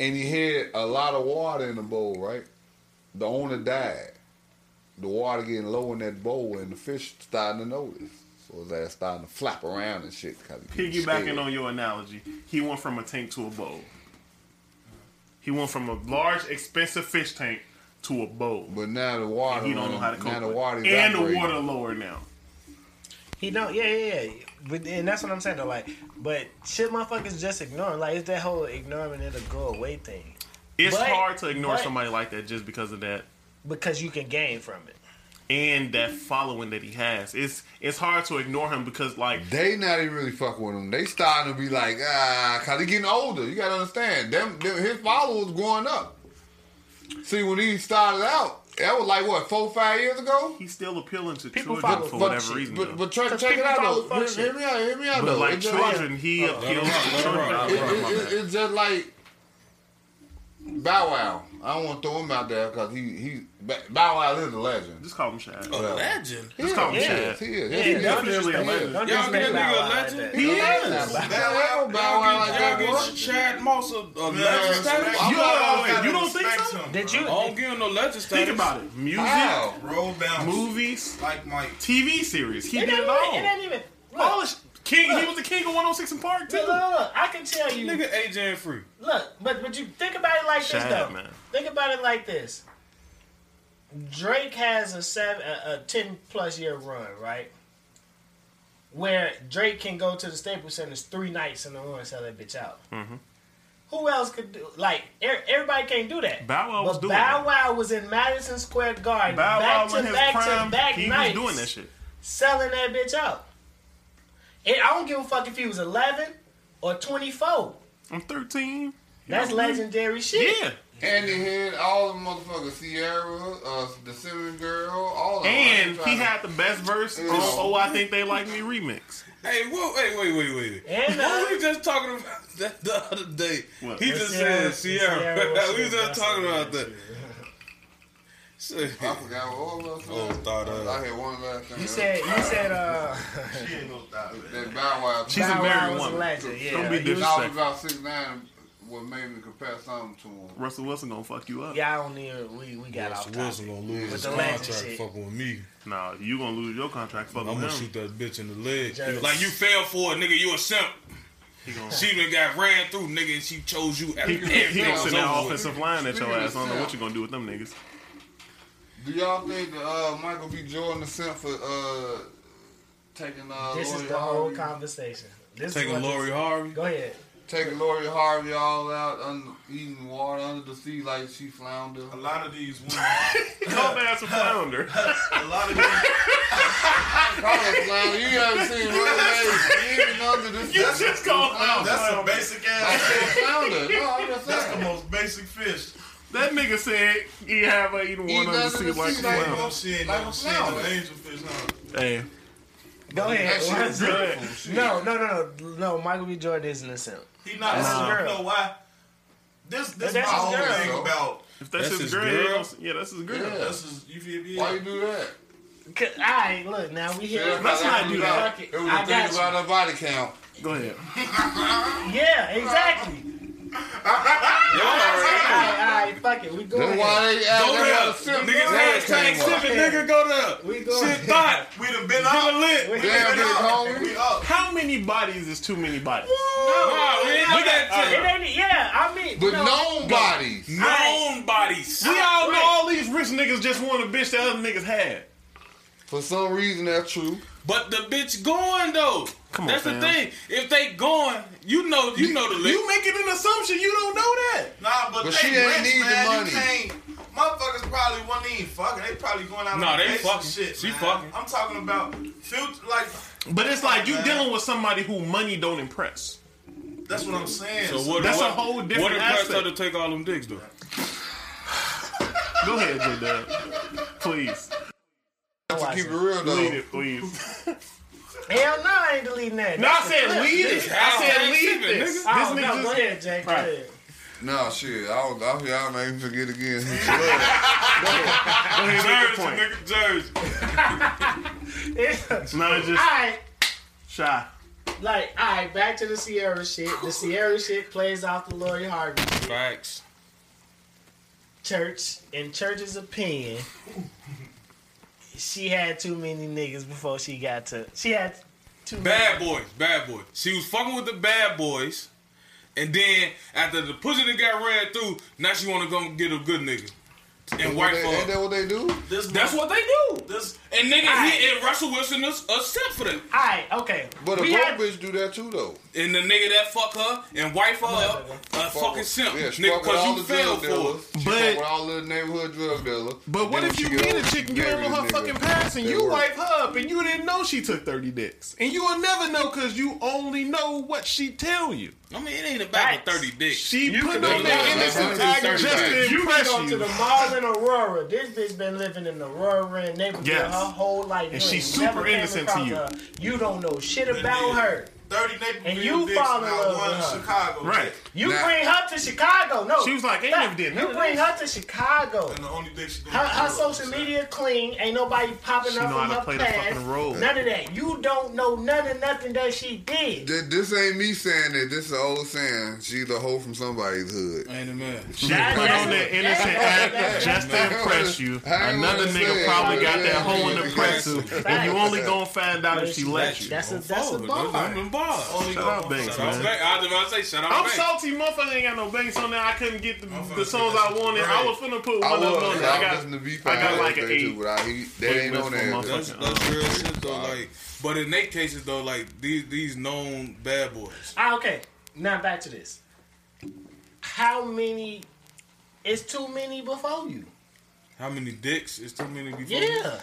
and he had a lot of water in the bowl. Right, the owner died. The water getting low in that bowl, and the fish starting to notice. So his ass starting to flap around and shit. 'cause he getting scared. piggybacking on your analogy, he went from a tank to a bowl. He went from a large, expensive fish tank to a bowl. But now the water. and he don't know how to cope Now the with it. water. and the evaporated. water lower now. He don't. Yeah, yeah, yeah. But and that's what I'm saying though. Like, but shit, motherfuckers just ignore him. Like it's that whole ignore him and it'll go away thing It's But- hard to ignore but- somebody like that just because of that because you can gain from it. and that following that he has. It's it's hard to ignore him because like They not even really fucking with him. They starting to be like, ah, cause they getting older. You gotta understand. Them, them his followers going up. See, when he started out, that was like what four, five years ago. he's still appealing to People follow children for fuck whatever shit. reason. though. but, but try, Cause check it people out follow though. fuck Hear, hear me out. Hear me out But, though. like It's just like- children, he Uh, appeals let him to rock, let him rock, children. let him it- it- it's just like Bow Wow. I don't want to throw him out there because he he Bow Wow is a legend. Just call him Uh, Shad. A legend. Just call him he Chad. is. He is. Yeah, He is. definitely a He is. legend. Don't Y'all disrespect get that Bow nigga Wow a like legend? that. He Bow is. Wow, Bow Wow like Y'all that, boy. get Chad Moss a, a legend status? I'm Yo, not- I'm wait, not- gotta You don't think respect so? him, Did bro. you? I don't give him no legend status. Think about it. Music, How? roll down? movies, like Mike. TV series. He Ah. It did it ain't even. It all. ain't even. All Look, his king. He was the king of 106 and Park look, too. look, I can tell you. Nigga AJ Free. Look, but but you think about it like this Shut though. up, man. Think about it like this. Drake has a seven, a, a ten plus year run, right? Where Drake can go to the Staples Center three nights in a row and sell that bitch out. Mm-hmm. Who else could do like? Er, everybody can't do that. Bow Wow But was doing Bow it. Wow was in Madison Square Garden, Bow Wow back was to in his back prime. to back He was nights, doing that shit. selling that bitch out. And I don't give a fuck if he was eleven or twenty four. I'm 13. That's Oh, Yeah. legendary shit. Yeah. Andy Head, all the motherfuckers, Sierra, uh, the Simmons girl, all of them. And I ain't he tryna- had the best verse on Oh I Think They Like Me remix. Hey, whoa, wait, wait, wait, wait. And, uh, what were we just talking about that the other day? What? He just Sierra- said Sierra. Sierra was we shit. was just talking about That's that. Shit. I forgot what was Oh, thought of. I had one last thing. You said you said uh She ain't gonna stop it. that Bow Wow. She's a Bow Wow married was a woman. legend. Yeah, Don't be He was- I was Sick. about six nine. What made me compare something to him? Russell Wilson gonna fuck you up. yeah, I don't need. We we got Russell off Wilson topic. gonna lose With his the legend contract shit. fucking with me. Nah, you gonna lose your contract I'm fucking gonna him. shoot that bitch in the leg. Jealous. Like you fell for it, nigga. You a simp. He gonna She even got ran through, nigga, and she chose you. he, Every, he, he gonna send that Over with. offensive line at your ass. I don't know Yeah. what you gonna do with them niggas. Do y'all think that uh, Michael B. Jordan is sent for uh, taking uh, This Lori is the whole Harvey, conversation. This is Taking what this- Lori Harvey. Go ahead. taking Lori Harvey all out, under, eating water under the sea like she flounder? A lot of these women, Tough ass flounder. a lot of these, Probably flounder. You haven't seen real ladies eating under the sea. You just gonna that's flounder. a basic I ass. said flounder. No, I'm just That's the saying. most basic fish. That nigga said he have her eating one Eating on the under sea the like a sea like flounder. No shit, Like no a shit, no flower. angelfish, huh? Hey, Go ahead. That shit What? was beautiful. She- No, no, no, no, no. Michael B. Jordan isn't a simp. He not. That's Nah. his You girl. know why? This this But that's my his whole girl. thing about if that's, his, girl, yeah, that's his girl. Yeah. this is you feel me? Why you do that? All right, look now we here. Let's not do that. Fuck it. It was I a thing got you. about her body count. Go ahead. Yeah, exactly. All right, all right, fuck it. We That's going. why they act Go like a there. simp. Niggas hashtag sipping, nigga. Go there. We go Shit thought. We done been up. Lit. We- Damn, Been big up. homie. We up. How many bodies is too many bodies? Nah, we ain't look It at ain't. Yeah, I mean. But no. known bodies. you. Known bodies. We all know Right. all these rich niggas just want a bitch that other niggas had. For some reason, that's true. But the bitch going though. Come on, That's the fam. thing. If they going, you know, you, know the list. You making an assumption you don't know that. Nah, But but, they she ain't rich, need the man. money. You can't. Motherfuckers probably wasn't even fucking. They probably going out. Nah, on they vacation fucking. Shit, She man. fucking. I'm talking about future. Like But it's like you Man. dealing with somebody who money don't impress. that's what I'm saying. So what? That's what, a whole different What impressed her aspect. to take all them dicks though? Go ahead, J Dub. Please. To keep it real, Lead though. it, please. Hell no, I ain't deleting that. No, I said lead it. I said Hashtag lead sipping, this. nigga. This Oh, nigga no, just- go ahead, Jake. Go Right. ahead. No, shit. I was off y'all made me forget again. Go ahead, make Jersey, your point. nigga, Jersey. Yeah. No, it's All just right, shy. like all right, back to the Sierra shit. The Sierra shit plays off the Lori Harvey shit. Facts. church. In church's opinion, she had too many niggas before she got to. She had too Bad many. boys, bad boys. She was fucking with the bad boys, and then after the pussy that got ran through, now she want to go get a good nigga and wife for Ain't her. that what they do? This That's what they do. This And nigga, Aight. he and Russell Wilson is a step for that. All right, okay. But a we broke had, bitch do that too, though. And the nigga that fuck her and wife her up, a fucking simp, Yeah, she nigga, fuck with all cause you the fell drug for dealers. it. She But- fuck with all the neighborhood drug dealers. But And what then if when you she get meet a older, chick and she you don't marry know her this nigga. fucking past and That you work. wife her up and you didn't know she took 30 dicks. And you will never know because you only know what she tell you. I mean, it ain't about the Facts. 30 dicks. She put can on do that it. innocent That's tiger what she just said. to You can impress go to the you. mall in Aurora. This bitch been living in Aurora and neighborhood Yes. her whole life. And You she's ain't never super came innocent to across you. Her. You don't know shit about her. Thirty Naperville And you dicks, fall in not love one with her. Chicago. Right. dick. You Nah. bring her to Chicago. No, She was like, ain't Nah, never did none You of bring this. her to Chicago. And the only dick she doing Her, is her drugs. social media clean. Ain't nobody popping She up know from how to her play the past. fucking role. None of that. You don't know none of nothing that she did. Th- This ain't me saying it. This is an old saying. She's a hoe from somebody's hood. Ain't a man. She put on that innocent act just to impress you. Another nigga probably got that hole in the pretzel, and you only gonna find out if she lets you. That's a that's a bar. I'm Oh, involved. Only Shout one out Banks, side. I was man. like, I was about to say, shout out I'm Banks. salty, motherfucker. Ain't got no banks on there. I couldn't get the, Motherfucker, the songs I wanted. I was finna put one I of them on was. there. I I was listening to got, B I got Five like an yesterday, too, eight. but I he, that ain't on playlist for there. That's, motherfucking, that's uh, real shit though. Like, but in their cases though, like these these known bad boys. Ah, okay. Now back to this. How many? It's too many before you. How many dicks is too many before? you? Yeah,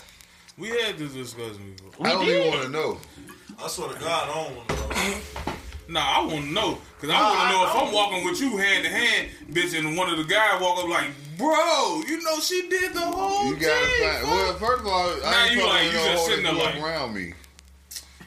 we had this discussion before. I don't We even did. want to know. I swear to God, I don't want to know. Nah, I want to know because I want to I- know if I- I'm walking with you hand to hand, bitch, and one of the guys walk up like, bro, you know she did the whole You thing. gotta find. fuck." Well, first of all, Now I ain't you like- talking you to just no hoe sitting that there grew up like- around me.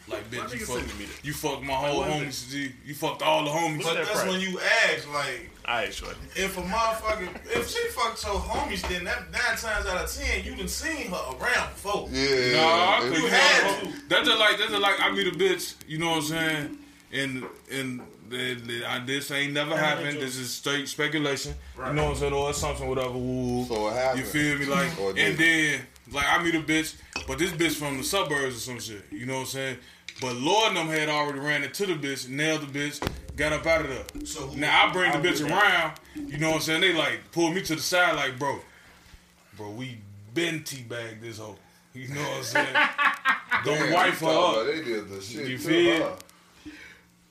like, bitch, you nigga fucked, sending me that? you fucked my whole Why was homies. G. You fucked all the Look homies. at But that that's price. when you ask, like, All right, shorty. if a motherfucker, if she fucked your homies, then that nine times out of ten, you done seen her around folk. Yeah, Nah, I it's- couldn't You fuck had her. to. That's just like that's just like I meet a bitch. You know what I'm saying? And and they, they, I, this ain't never happened. This is straight speculation. You know what I'm saying? Or assumption, whatever. Woo. So it happened. You feel me? Like Or and did- then like I meet a bitch, but this bitch from the suburbs or some shit. You know what I'm saying? But Lord and them had already ran into the bitch, nailed the bitch, got up out of there. So who- now I bring the bitch around. You know what I'm saying? They like pull me to the side, like bro, bro, we been teabagged this hoe. You know what I'm saying? Don't Damn, wife you her talking about up. They did the shit. You to feel? her.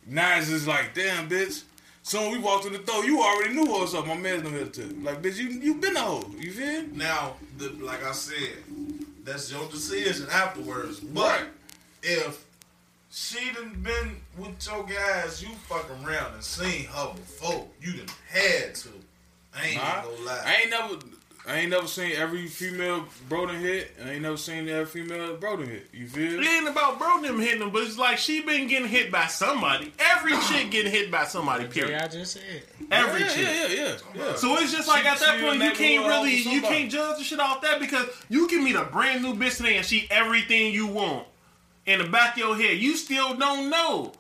Now it's just like, damn, bitch. Soon we walked in the door, you already knew what was up. My man's no here too. Like, bitch, you you been a hoe. You feel? Now, the, like I said, that's your decision afterwards. But Right. if she done been with your guys, you fucking around and seen her before, you done had to. I ain't Nah, gonna lie. I ain't never. I ain't never seen every female Broden hit, and I ain't never seen every female Broden hit. You feel? It ain't about bro them hitting them, but it's like she been getting hit by somebody. Every chick getting hit by somebody. Period. I just said. Every yeah, chick. yeah, yeah, yeah. So it's just like She- at that she point in you that can't little role really with you somebody. can't judge the shit off that because you can meet a brand new bitch today and she everything you want in the back of your head. You still don't know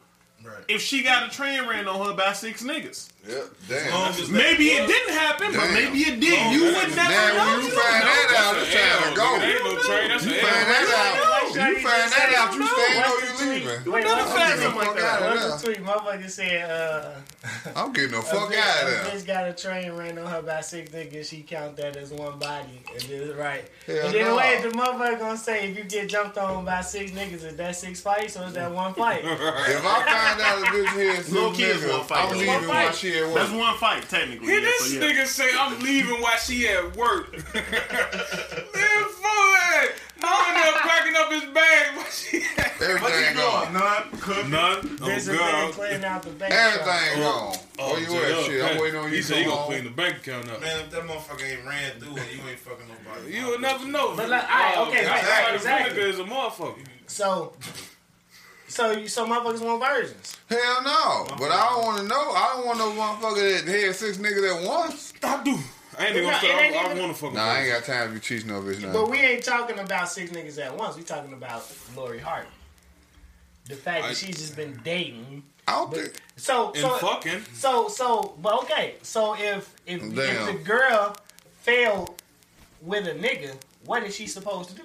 Right. if she got a train ran on her by six niggas. Yep. Damn. Long as that- Maybe it didn't happen, but Damn. maybe it did. Long you as would that- never Now, know. when you You don't find know. that out, it's That's time to an L, nigga. go. That ain't no trade. That's an You L. find that out. You don't You find that out. You staying or you leaving. Not Wait, a what was I'm the fact getting tweet? the something fuck like that. out What of was the tweet? Motherfucker said, uh, there. I'm getting the a fuck bitch- out a of there. bitch got a train ran on her by six niggas. She count that as one body and did it right. Hell and then no. wait, the motherfucker gonna say if you get jumped on by six niggas, is that six fights or is that one fight? If I find out a bitch here, some Little kids nigga, will fight. I'm That's leaving one my fight. shit at That's work. one fight technically. Hear yeah, this so yeah. nigga say I'm leaving while she at work. Man, fuck that. I'm in there packing up his bag while she at Everything gone. None. Could None. Oh, There's a man God. cleaning out the bank. shop. Everything Oh, gone. Oh, you Jay, at up, shit. man. I'm waiting on He you said to he come gonna clean home. the bank account up. Man, if that motherfucker ain't ran through and you ain't fucking nobody. You will never know. But like, all right, okay, That's right, why right, the exactly. vinegar is a motherfucker. So, so you, so motherfuckers want versions. Hell no. But I don't want to know. I don't want no motherfucker that had six niggas at once. I do. I ain't even gonna Nah, it start. ain't I, I even- want to fuck. Nah, I ain't got time to be cheating over this But now. we ain't talking about six niggas at once. We talking about Lori Harvey. The fact I- that she's just been dating. I don't But, think. so And so fucking. so so. But okay. So if if, if Damn. the girl failed with a nigga, what is she supposed to do?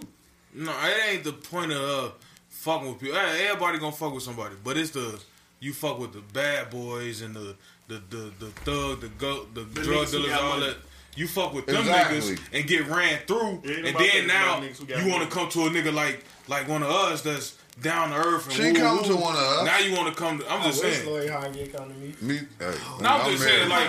No, it ain't the point of uh, fucking with people. Eh, Everybody gonna fuck with somebody, but it's the you fuck with the bad boys and the the the, the thug, the go, the, drug niggas who dealers, got all money. that. You fuck with them Exactly. niggas and get ran through, It ain't and about that, then now it's about niggas who got you want to money. come to a nigga like like one of us that's down to earth. And She woo, come woo. to one of us. Now you want to come. to... I'm Oh, just Where's saying. Lori Harvey come to me? Me, hey, No, I'm just saying married.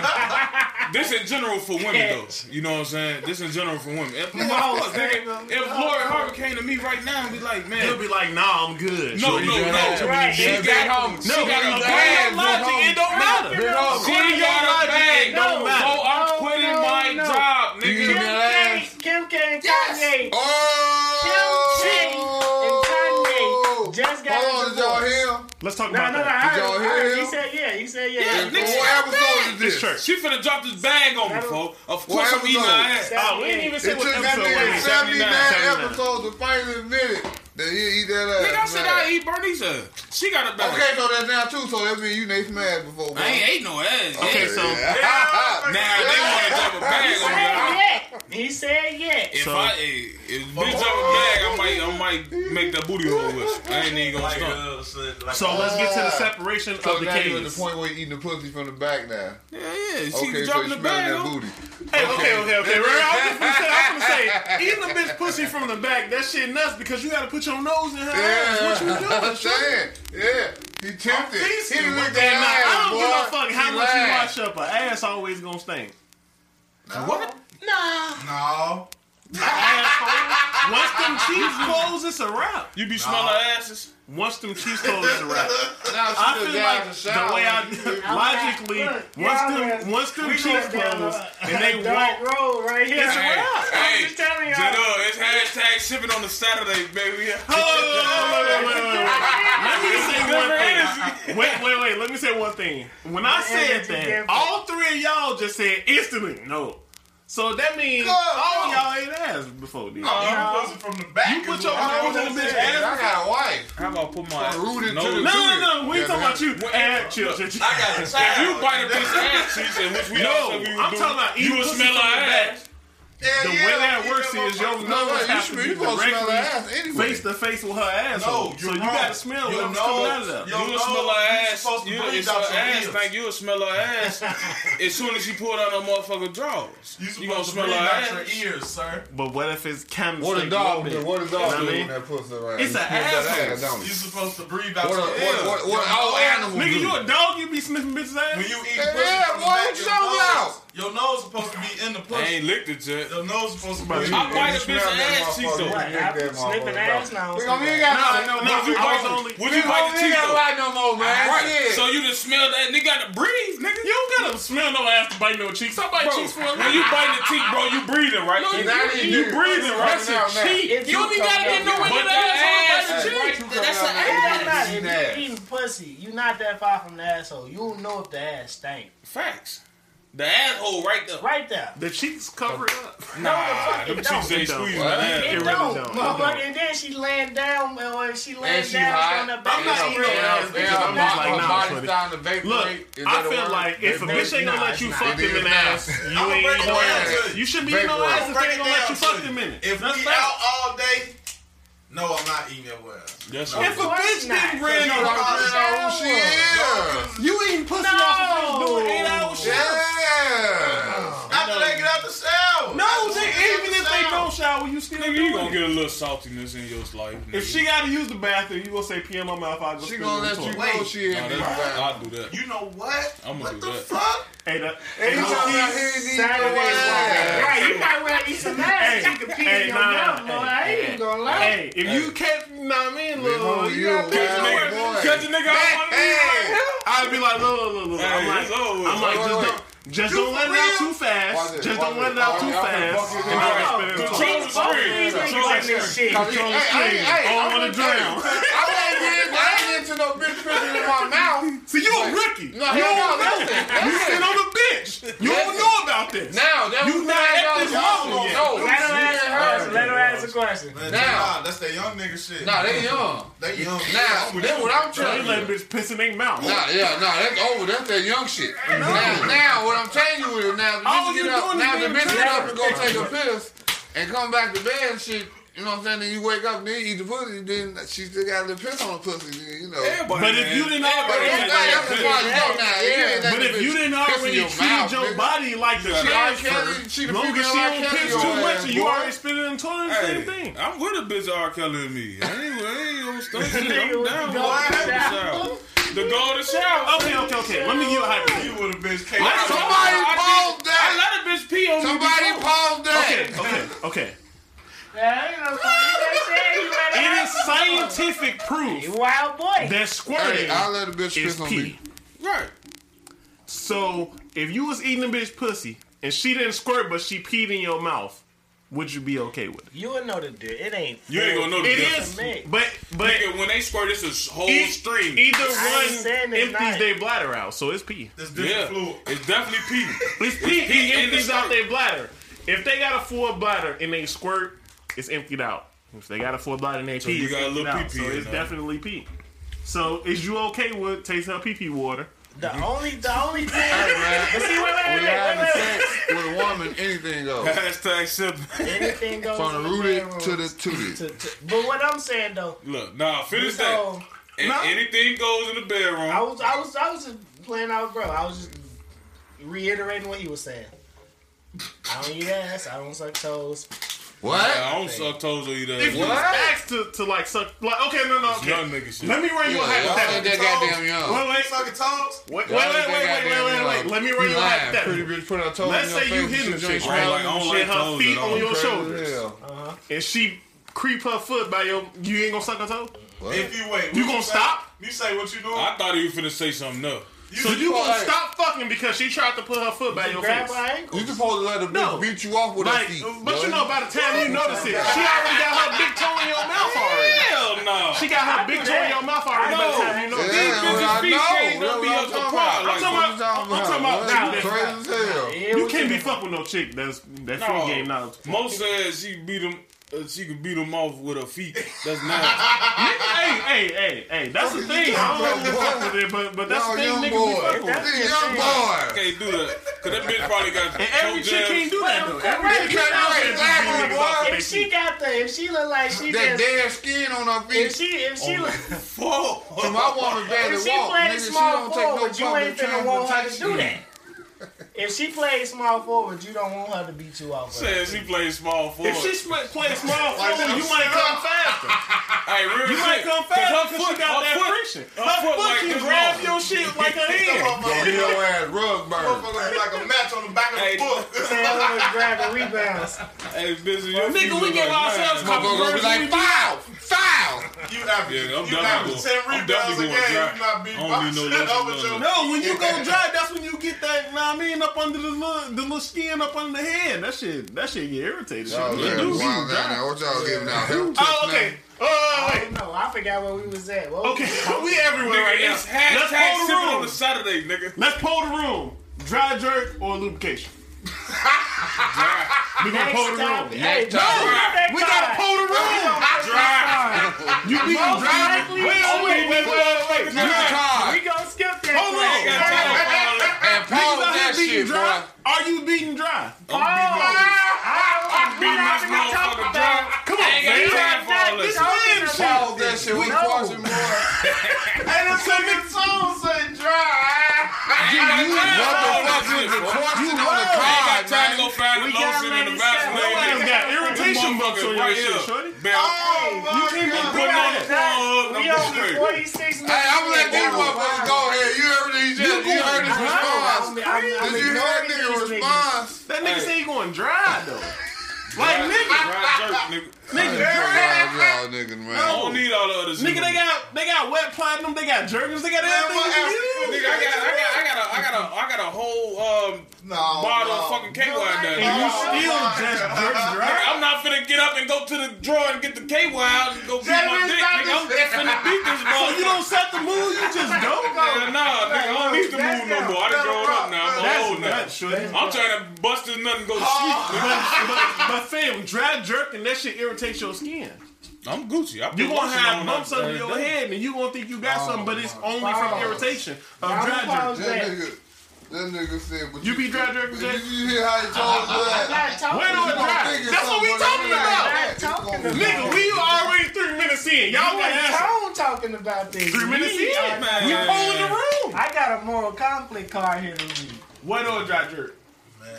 like this in general for women though. You know what I'm saying? This in general for women. If, if, I was, nigga, if Lori Harvey came to me right now and be like, man, He'll be like, nah, I'm good. no, shorty. no, no. Right. She got home. She No, got no, a no, bag. logic, it don't matter. No, She got a bag. No, No, no, so I'm quitting no, my no. job, Kim nigga. Yeah. K, ass. Kim K, and Kanye. Oh! Kim K and Kanye just got a Hold on, did Oh! y'all divorce. hear him? Let's talk No, about no, no. that. I, y'all heard- hear I, heard- he him? said yeah. He said Yeah, yeah. Well, Nixon what got episode banned. is this? church. She finna drop this bang on me, That'll- folks. Of What course I'm eating her ass. episode? Oh, we didn't even say It what took episode that it nigga is. 79. 79 episodes to finally admit it that he eat that ass. Nigga, I said man. I eat Bernie's ass. She got a bag. Okay, so that's now two, so that means you ain't smashed before. bro. I ain't ate no ass. Okay, so Now they want to drop a He bag on said me. yeah. He said yeah. If So- I eh, if bitch drop a bag, I might I might make that booty hole with. I ain't even gonna Like, stunt. uh, said, like, So let's get to the separation So of the now you at the cases. point where you eating the pussy from the back now. Yeah, yeah. She Okay, so dropping you the smelling bag that on. booty. Hey, okay, okay, okay. Right, I was just gonna say, I was gonna say, eating a bitch pussy from the back, that shit nuts because you gotta put your nose in her Yeah, ass. What you doing? I'm shorty? saying. Yeah, he tempted. Feast He you with licked that that knife. ass, I don't give a boy. fuck He how much you lying. wash up. An ass always gonna stink. What? no. Asshole. Once them cheese clothes, it's a wrap. You be smelling asses? Once them cheese clothes, it's a wrap. Now I she feel done got the like the way I shower. logically, Look, once y'all them is- once them We cheese going down clothes a- and they dark walk, road right here. It's a Hey, wrap. hey, I'm just telling y'all. Jada, it's hashtag shipping on the Saturday, baby. Oh, wait, wait, wait, wait, wait. Let me say Good for one thing. Wait, wait, wait. Let me say one thing. When I said energy that, different. all three of y'all just said instantly no. So that means Good, all no. y'all ain't ass before this. Uh-huh. You pussy from the back. You put is your what I'm nose in the saying. bitch I ass. got a wife. How about put my Rooted nose- to the No, no, no. We ain't talking about you. What- And chill, chill, chill. I got a If you child. bite a bitch ass cheeks, and which we all No, said we would I'm do, talking about you eating would pussy smell from our the ass. back. Yeah, The way yeah, that like, works you is your motherfucker- No, nose you has to smell- be you gonna smell her ass directly anyway. face to face with her asshole. No, so you're you wrong. gotta smell Your whatever's coming out nose- of there. your- You would No, smell her you ass. supposed to You breathe it's out her your ass. ears. Like you would smell her ass as soon as she pulled out her motherfucking drawers. You You gonna supposed to smell breathe her out ass. your ears, sir. But what if it's chemistry? What a dog do? What a dog do I mean? when that pussy around? It's You an sniff that asshole. ass, don't You you? supposed to breathe out What your a- what- ears. what- what all animals Nigga, do? you a dog? You be sniffing bitches ass? When you eat Yeah, pussy from boy, the back, what your you talking nose, your nose supposed to be in the I pussy. ain't licked it yet. Your nose supposed to be. Somebody- in I bite the a You bitch smell that ass cheeks motherfucker, though. you lick that I'm sniffing motherfucker, ass dog. now. We gonna- we ain't got No, no- no, no, no, you we bite don't. only- Would We you bite the don't- we ain't cheeks gotta though? lie no more, man. Right. Shit. So you just smell that nigga got to breathe, nigga. You don't gotta smell no ass to bite no cheeks. I bite Bro, cheeks for a when living. you biting the cheek, bro, you breathing, right? you- you, that you is- breathing, right? That's your cheek. If You don't even gotta get come nowhere down- near that ass. Hey, why cheek. you come down there It don't eating matter. that? If you eating pussy, you not that far from the asshole. You'll know if the ass stink. Facts. The asshole right there. Right there. the cheeks cover it up. Nah, the them fuck cheeks it ain't don't. squeezing Well, that I ass. ain't- It really don't. don't. It motherfucker. don't. And then she laying down, or she And laying she down on hot. the back. And her- She laying and down, her- bitch, and you her I'm not just like, mom- nah, her body's shorty. down to vape Look, rate. Is I that a feel word? like if a Vape bitch rate? ain't gonna nah, let you it's fuck not. them in It the is ass, you not. I'ma break ain't it gonna down let to you. you. You shouldn't be in no Vape ass rate. if they ain't gonna let you fuck to them in it. If That's we facts. out all day, no, I'm not eating your ass. That's If a right. bitch not. didn't ran Y'all no don't know who she is. You eating pussy No. off of doing eight hours shit. Yeah. After they get out the shower. No, After they, get out even the if they shower. don't shower, you still Nigga, do you gonna it. get a little saltiness in your life. Nigga. If she gotta use the bathroom, you gonna say PM my mouth. I just She spit gonna on the let you toilet." know she Nah, that- ain't been I'll around. do that. You know what? I'ma what do the that. fuck? Hey, that, Every time I hey, hear these Saturday words, Right, you might want to eat some ass. You can pee Hey, in your nah, mouth, boy. hey, I ain't even gonna lie. hey, if you kept, you know what I mean, Little little, you you gotta a think wild somewhere. boy. Cut the nigga out of Hey. I'd be like, look, look, look, look. I'm Hey, like, it's over with. I'm like, Wait, just wait, don't, just don't let it out too Watch fast. it, Just watch don't let it. it out too Y'all finna fast. fuck it And up. I'll spit in the Control toilet. the Both screen. these Control niggas in the this screen. shit. Hey, Control the hey, screen. hey, I I'm don't want to gonna tell you. drown. I ain't get, I ain't get to no bitch pissing in my mouth. See, you a rookie. No, you hell no, don't know. listen, You listen. sit on the bench. You don't Listen. know about this. Now, that You was not $9 at this y'all level don't yet. know. Let her You ask a didn't heard question. Let her ask a question. Man, Now. nah, that's that young nigga shit. Nah, they young. They young. Now, I'm with that's you. what I'm So you trying let to bitch piss in their mouth. Nah, yeah, nah, that's over. That's that young shit. Now, now, what I'm telling you is now, All the bitch you get up, doing now is the being bitch get up and go trapped. take a piss and come back to bed and shit. You know what I'm saying? Then you wake up, then you eat the pussy, then she still got a little piss on her pussy, then, you know. But Everybody, if man. you didn't But already, that's that's the part you know now. You ain't let but the if you bitch didn't piss in already your treat mouth, your nigga. body like the She R. Kelly, transfer, she the long as female she R. don't Kelly piss on too her much, ass, and you boy. already spit it in the toilet, it's the same Hey, thing. I'm with a bitch R. Kelly and me. I ain't, I ain't gonna stunt shit. I'm Nigga, down we with going the shower. shower. The golden shower. Okay, okay, okay. Let me give you a hypothetical. You would have been Let's taking talk- Somebody I- I- pause I that. let a bitch pee on me. Somebody before. pause that. Okay, okay, okay. Yeah, you know, you let her It is ask a scientific question. proof You Wild boy. that Hey, squirting I let a bitch is piss on pee. me. Right. So if you was eating a bitch pussy and she didn't squirt but she peed in your mouth, would you be okay with it? You would know the deal. It ain't. You ain't gonna know the It difference. is, me. but but Nigga, when they squirt, it's a whole e- stream. either I ain't one saying it's empties not. their bladder out, so it's pee. This different yeah, fluid. it's definitely pee. It's pee. pee He in the empties out squirt. their bladder. If they got a full bladder and they squirt, it's emptied out. If they got a full bladder and they pee, you it's got a emptied little out. pee-pee So in it's there. definitely pee. So is you okay with tasting pee pee water? The only, the only thing. Hey, man, But see, wait, when wait, you wait, having wait, wait. sex with a woman, anything goes. Hashtag sipping. Anything goes in From the the rooted bedroom. to the tooted. To- to- But what I'm saying though, Look, nah, finish that. so If No. anything goes in the bedroom, I was, I was, I was just playing out, bro. I was just reiterating what he was saying. I don't eat ass. I don't suck toes. I What? don't suck toes or eat If ass. you was asked to, to like suck, like okay, no, no, Young okay. nigga shit. Let me run you a Yeah, y'all ain't hypothetical. that goddamn young. Wait, wait, Sucking toes? wait, wait, wait, Y'all ain't wait, that wait, goddamn wait, wait, young. wait. Let me run you a lying. hypothetical. Pretty bitch put her toe Let's in your say you face hitting and the shit chick, ain't right? Like, I don't And like her toes feet at all. on your crazy as shoulders, hell. and she creep her foot by your. You ain't gonna suck her toe. What? If you wait, You what gonna say? stop? You say what you doing? I thought he was finna say something else. So you Well, gonna hey. stop fucking because she tried to put her foot by your Grab face. my ankle. You supposed to let a bitch No. beat you off with Like, her feet. but you bud. know, by the time you notice it, she already got her big toe in your mouth already. Hell no. Nah. She got her I big do toe in that. your mouth already by the know. time you yeah, notice it. bitches' well, I feet know. ain't That's gonna be what up I'm to talking par. about. I'm Like, talking what you about- I'm talking about What? now. You Crazy as hell. Yeah, You what can't be doing? fucking with no chick that's that No. full game knowledge. Mo said she beat him. Uh, she could beat him off with her feet. That's nasty. hey, hey, hey, hey, that's the thing. I don't know if you fuck with it, but but that's Y'all the thing young niggas be boy. fucking with. These young boy. Can't do that. Cause that bitch probably got. And every toe chick jams. can't do that though. Every Right, chick you can't know, do that. Just exactly, beat niggas off boy. with If their she feet. got the, if she look like she That just, dead skin on her if feet. she, if she look, Whoa. To my woman barely if she walk. plays Nigga, she small don't take no forward, you ain't public finna want her to do transportation. that. If she plays small forward, you don't want her to beat you off. Said she played small forward. If she split playing small Like, forward, you I'm might come stuck. faster. hey, real You shit. might come 'Cause faster because foot you got her that foot- friction. her Her foot foot like can this grab long. your shit like a hand. Don't get your ass rug burned. Motherfucker like a match on the back of Hey. the foot. Said her was grabbing rebounds. Hey, bitch, your feet Nigga, we look give like ourselves mine. couple Motherfucker gonna be birds like, and we be foul, foul. You average, Yeah, I'm you definitely average going. 10 I'm rebounds a definitely game. going dry. You not beat I don't need no shit lotion, up with no your nothing. No, when you go drive, that's when you get that. Know what I mean, up under the little, the little skin up under the hand. That shit, that shit get irritated. Y'all you Oh, yeah, do, you wild down drive. there. What y'all giving out? Hip tips Oh, okay. Oh, I wait. don't know. I forgot where we was at. What was Okay, we we everywhere Nigga, right now. it's Let's hashtag poll the sipping room. on a Saturday, nigga. Let's poll the room. Dry jerk or lubrication? we gonna Next poll the topic. room. Hey, Next no, topic. We gotta poll the room. You beat him Most dry. likely, Wait, oh, wait, wait, wait, wait, now. wait. Next time. We gonna skip that. Hold on. question. Got time for all that. And pause Niggas out that here beating shit, dry. boy. Are you beating dry? I'm beating my- Oh, I don't- we beating my not gonna talk motherfucker about dry. it. Come on, I ain't got man. time for all This this. open Slim about Pause that shit. We No. pausing more. And it's coming soon, say dry. You motherfuckers shit, the boy. question on the I card, ain't got time to go man. find the We got lotion and the ladies that- Your Vaseline. ass nigga. got irritation bumps on Motherfucker, your right shit, here. shorty. Man, You can't be putting on the putting on phone. We I'm only straight. 46 minutes. Hey, I'm letting Oh, these motherfuckers go ahead. You heard these you heard his I'm- response. I'm- I'm Did you hear that ignoring nigga these response? That nigga Hey. say he going dry though. Like nigga, Dry jerk, nigga. Y'all niggas, I man. don't need all the other shit. nigga, they got they got wet platinum, they got jerkins, they got everything. you Nigga, I got, I got, I got, a, I got a, I got a whole um, No, Oh, bottle no. of fucking KY down there. need. And you Nigga, still just jerks dry. I'm not finna get up and go to the drawer and get the KY out and go beat my Jeremy, dick. stop Nigga, I'm this. just finna beat this So ball. you don't set the mood, you just don't go. Hell nah, nigga, I don't need to move no more. I done grown up now. I'm That's old now. nuts, shorty. I'm trying to bust this nut and go to sleep. But, but, but fam, dry jerking, that shit irritates your skin. I'm Gucci. I put You gonna lotion have on bumps up under there. your head, and you gonna think you got something, but it's only from Balls. irritation of Y'all dry balls. jerking. That nigga, that nigga said, but You be dry jerking, Did Jay? you hear how he told you I'm that? not talking Wait on about the it. dry. That's what we talking about. Not talking about Nigga, we already three minutes in. Y'all We got ain't ass. tone talking about this. Three minutes We in. are- We pulling the room. I got a moral conflict card here to read. Wet or dry jerk? Man.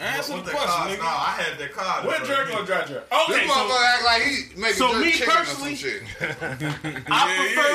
Answer the What the question, car? No, nigga. I had that car. Wet jerk or dry jerk? This Okay, so motherfucker act like he making so jerk me chicken or some personally- shit. yeah, I yeah, prefer you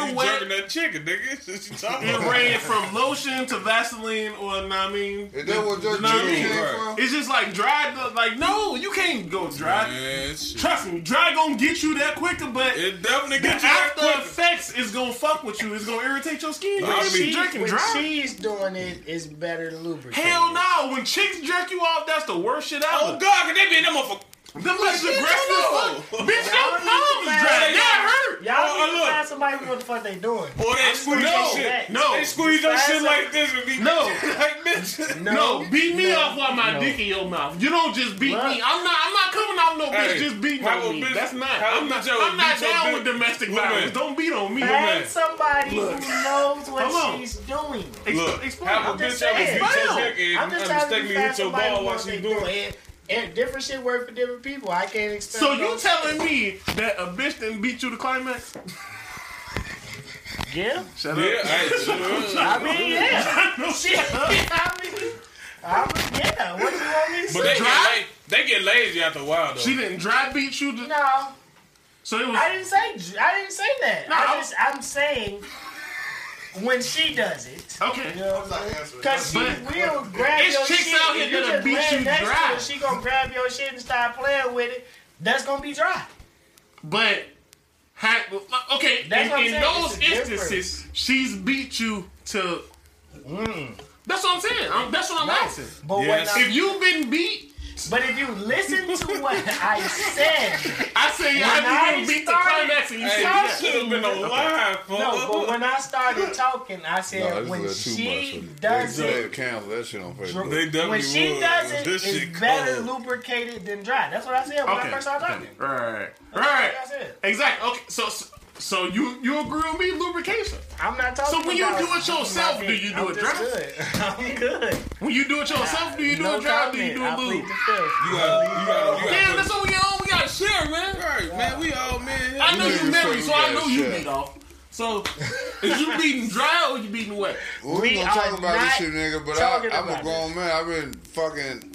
wet. jerking that chicken, nigga. What you talking It about? ran from lotion to Vaseline, or know what I mean, Is that what jerk know what I chicken mean? came Right. from? it's just like dry. Like no, you can't go dry. Man, shit. Trust me, dry gonna get you that quicker, but It definitely the gets you that after quick. effects is gonna fuck with you. It's gonna irritate your skin. You Nah, can't I mean- be jerking When dry. she's doing it, it's better to lubricate. Hell no! When chicks jerk you off, that that's the worst shit Oh ever. God, can they be in that motherfucker? Them bitches aggressive. Bitch, Bitch, your palms mad. dragging. That hurt. Y'all Oh, need to look. find somebody who what the fuck they doing. Or Oh, they squeeze No, your shit. no. They squeeze your Fast shit up. like this and be No. like bitch. No, beat me no, off while my no. dick in your mouth. You don't just beat What? me. I'm not. I'm not coming off no bitch Hey, just beating how a on me. bitch- That's not. how a I'm not. bitch ever I'm not beat your down bitch- with domestic Look, violence. man. Don't beat on me. Find somebody Look. who knows Come what on. she's doing. Ex- Look, explain. have I'm a just- bitch ever saying. beat your Bam. dick and I'm just telling you, mistakenly find hit your somebody ball who while knows she they doing doing it. it. And different shit work for different people. I can't expect. So you those- telling me that a bitch didn't beat you to climax? Yeah. Shut Yeah, hey, sure. I mean, yeah. up. no Shit. shit. I mean, I mean, yeah. What do you want me to say? But they get, Drive? la- they get lazy after a while though. She didn't dry beat you. To, No, So it was. I didn't say. I didn't say that. No, I I- just. I'm saying when she does it. Okay. I'm not answering. Cause she But- will grab It's your chicks shit. out here if you that'll just beat laying you next to dry. her, She gonna grab your shit and start playing with it. That's gonna be dry. But had, okay, That's what I'm in, in saying, those it's a instances, she's beat you to. Mm. That's what I'm saying. I'm, that's what I'm asking. But Yes. when I, If you've been beat, but if you listen to what I said, I say When I I've been beat to started- climax, and you hey, say you yes. should have been alive, for no. But when I started talking, I Nah, said this when is too she much. does they it, they cancel that shit on Facebook. They definitely when she would. does it, This shit it's better cold. lubricated than dry. That's what I said when I Okay. first started talking. Right. That's Right. what I said. Exactly. Okay. So, so, so you you agree with me? Lubrication. I'm not talking. So when you about- do it yourself, do you do I'm it just dry? Good. I'm good. When you do it yourself, do you do no a drive? Do you comment. do I a plead lube? the fifth. You gotta, you gotta, you Damn, gotta that's what we on. We gotta share, man. Right, man, we all men. here. I know niggas you married, say so I we know gotta you share. beat off. So, is you beating dry or you beating wet? Well, We we gonna are talk about this not shit, nigga. But talking I, I'm about a grown man. I've been fucking.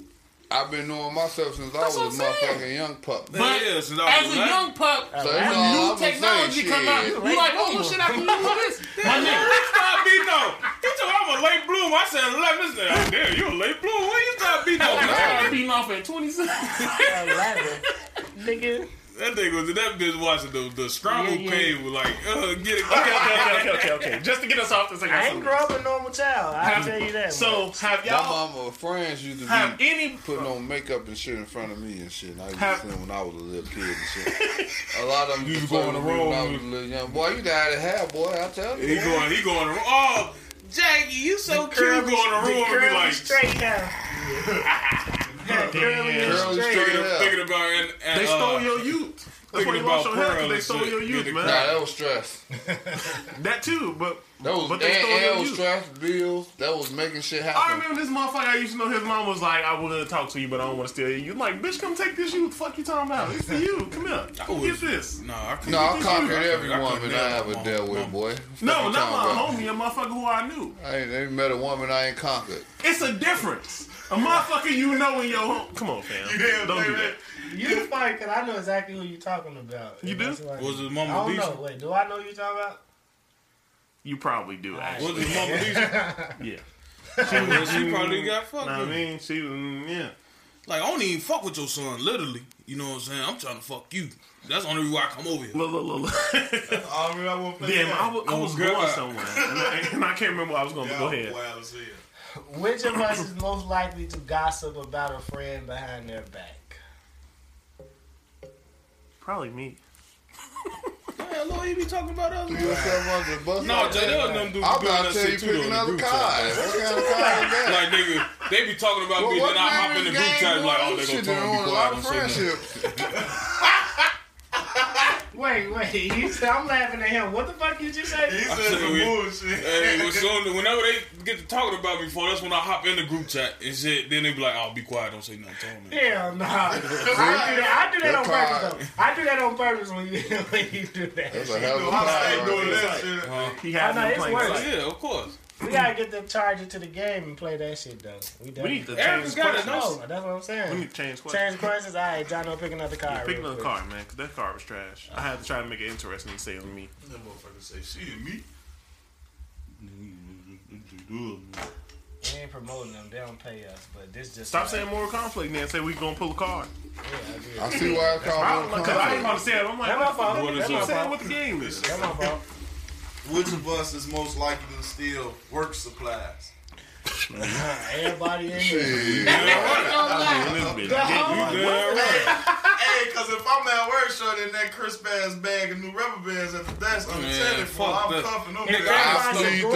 I've been knowing myself since That's I was a what I'm saying. motherfucking young pup. So But yeah, since I was as a black. young pup, that's when all new I'm gonna technology say. come out, shit. you like, oh shit, I can use this. My nigga, Where you start beating off? He told me I'm a late bloomer. I said, let me say, oh, damn, you a late bloomer. Where you start beating I off? started That beating off at 27. Eleven, nigga. nigga was that bitch watching the, the Scrabble Yeah, yeah. page was like, uh, get it. okay, okay, okay, okay, okay. Just to get us off this, I I got ain't something. grow up a normal child. I tell you that. So, have My y'all, mama and friends used to have be any, putting on makeup and shit in front of me and shit. And I used to Have- see them when I was a little kid and shit. a lot of them You used to was play going with me when I around was a with- little young boy. You died of hair, boy. I tell you. He going, he going, oh, Jackie, you so cute. Going curly, to room and be curly like, straight now. Damn. Curly Straight. straight thinking, hair. thinking about it. And, and, They stole uh, your youth. That's thinking why you lost your about hair, 'cause Pearl they and stole shit. your youth, Yeah, man. Nah, that was stress. That too, but, That was but they stole and, your and was youth. stress bills. That was making shit I happen. remember this motherfucker I used to know. His mom was like, "I wanted to talk to you, but I don't want to steal you." You like, bitch, come take this. You fuck you talking about? It's for you. Come here. Get was- this. No, I couldn't. No, I conquered every I couldn't woman never- I ever Mom, dealt with, mom. boy. No, not Fucking my time, homie, a motherfucker who I knew. bro. I ain't never met a woman I ain't conquered. It's a difference. A motherfucker you know in your home. Come on, fam. Don't do that. You funny because I know exactly who you're talking about. You do? That's why- Was his I mama don't Lisa? know. Wait, do I know who you're talking about? You probably do, Was actually. his mama Lisa? Yeah. Well, she probably got fucked. Know what I with. mean, she, mm, yeah. Like, I don't even fuck with your son, literally. You know what I'm saying? I'm trying to fuck you. That's the only reason why I come over here. Look, look, look, look. I remember I won't play Damn, I, wa- I Oh, was God. going somewhere, and I, and I can't remember where I was going. But go ahead. Wild as hell. Which of us is most likely to gossip about a friend behind their back? Probably me. Man, Lord, you be talking about us. You was seven under the bus. No, Jay, there was them dudes I'm doing about that to tell you shit too, though. pick in the another group car. chat. What kind of car is that? Like, nigga, they be talking about Well, me, what then I hop name in the is group gang, chat boy? like, oh, This they gonna shit tell me ruined be a quiet. lot of Don't say nothing. friendships. Wait, wait. You said, I'm laughing at him. What the fuck you just He say? said some we- bullshit. Hey, when soon, whenever they get to talking about me for, that's when I hop in the group chat and shit. Then they be like, oh, be quiet, don't say nothing. Tell me. Hell no. I do that, I do that on purpose, though. I do that on purpose when you, when you do That's that. a hell of a car. I ain't doing right there. that shit. He had Oh, no, no it's worse. plans. Yeah, of course. We gotta get the charger to the game and play that shit, though. We done. We need to Aaron's change got questions. it. No, No, that's what I'm saying. We need to change questions. Change questions. All right, John, no, pick another car. Pick real another quick. car, man, because that car was trash. I had to try to make it interesting and say on me. That motherfucker say, she and me. We ain't promoting them. They don't pay us, but this just Stop saying moral conflict, man. Say we gonna pull a car. I see why I I called don't it a like, cause I car. ain't about to say it. I'm like, That's my fault. what That's is my up? Saying fault. what the game is. That's my fault. Which of us is most likely to steal work supplies? bitch, man. Everybody in here. Shit. I'm in this bitch. You damn right. Hey, cause if I'm at work shorting that crisp ass bag of new rubber bands at the desk, I'm Man, telling you, fuck I'm that. cuffing them. Nigga, niggas. I Everybody plead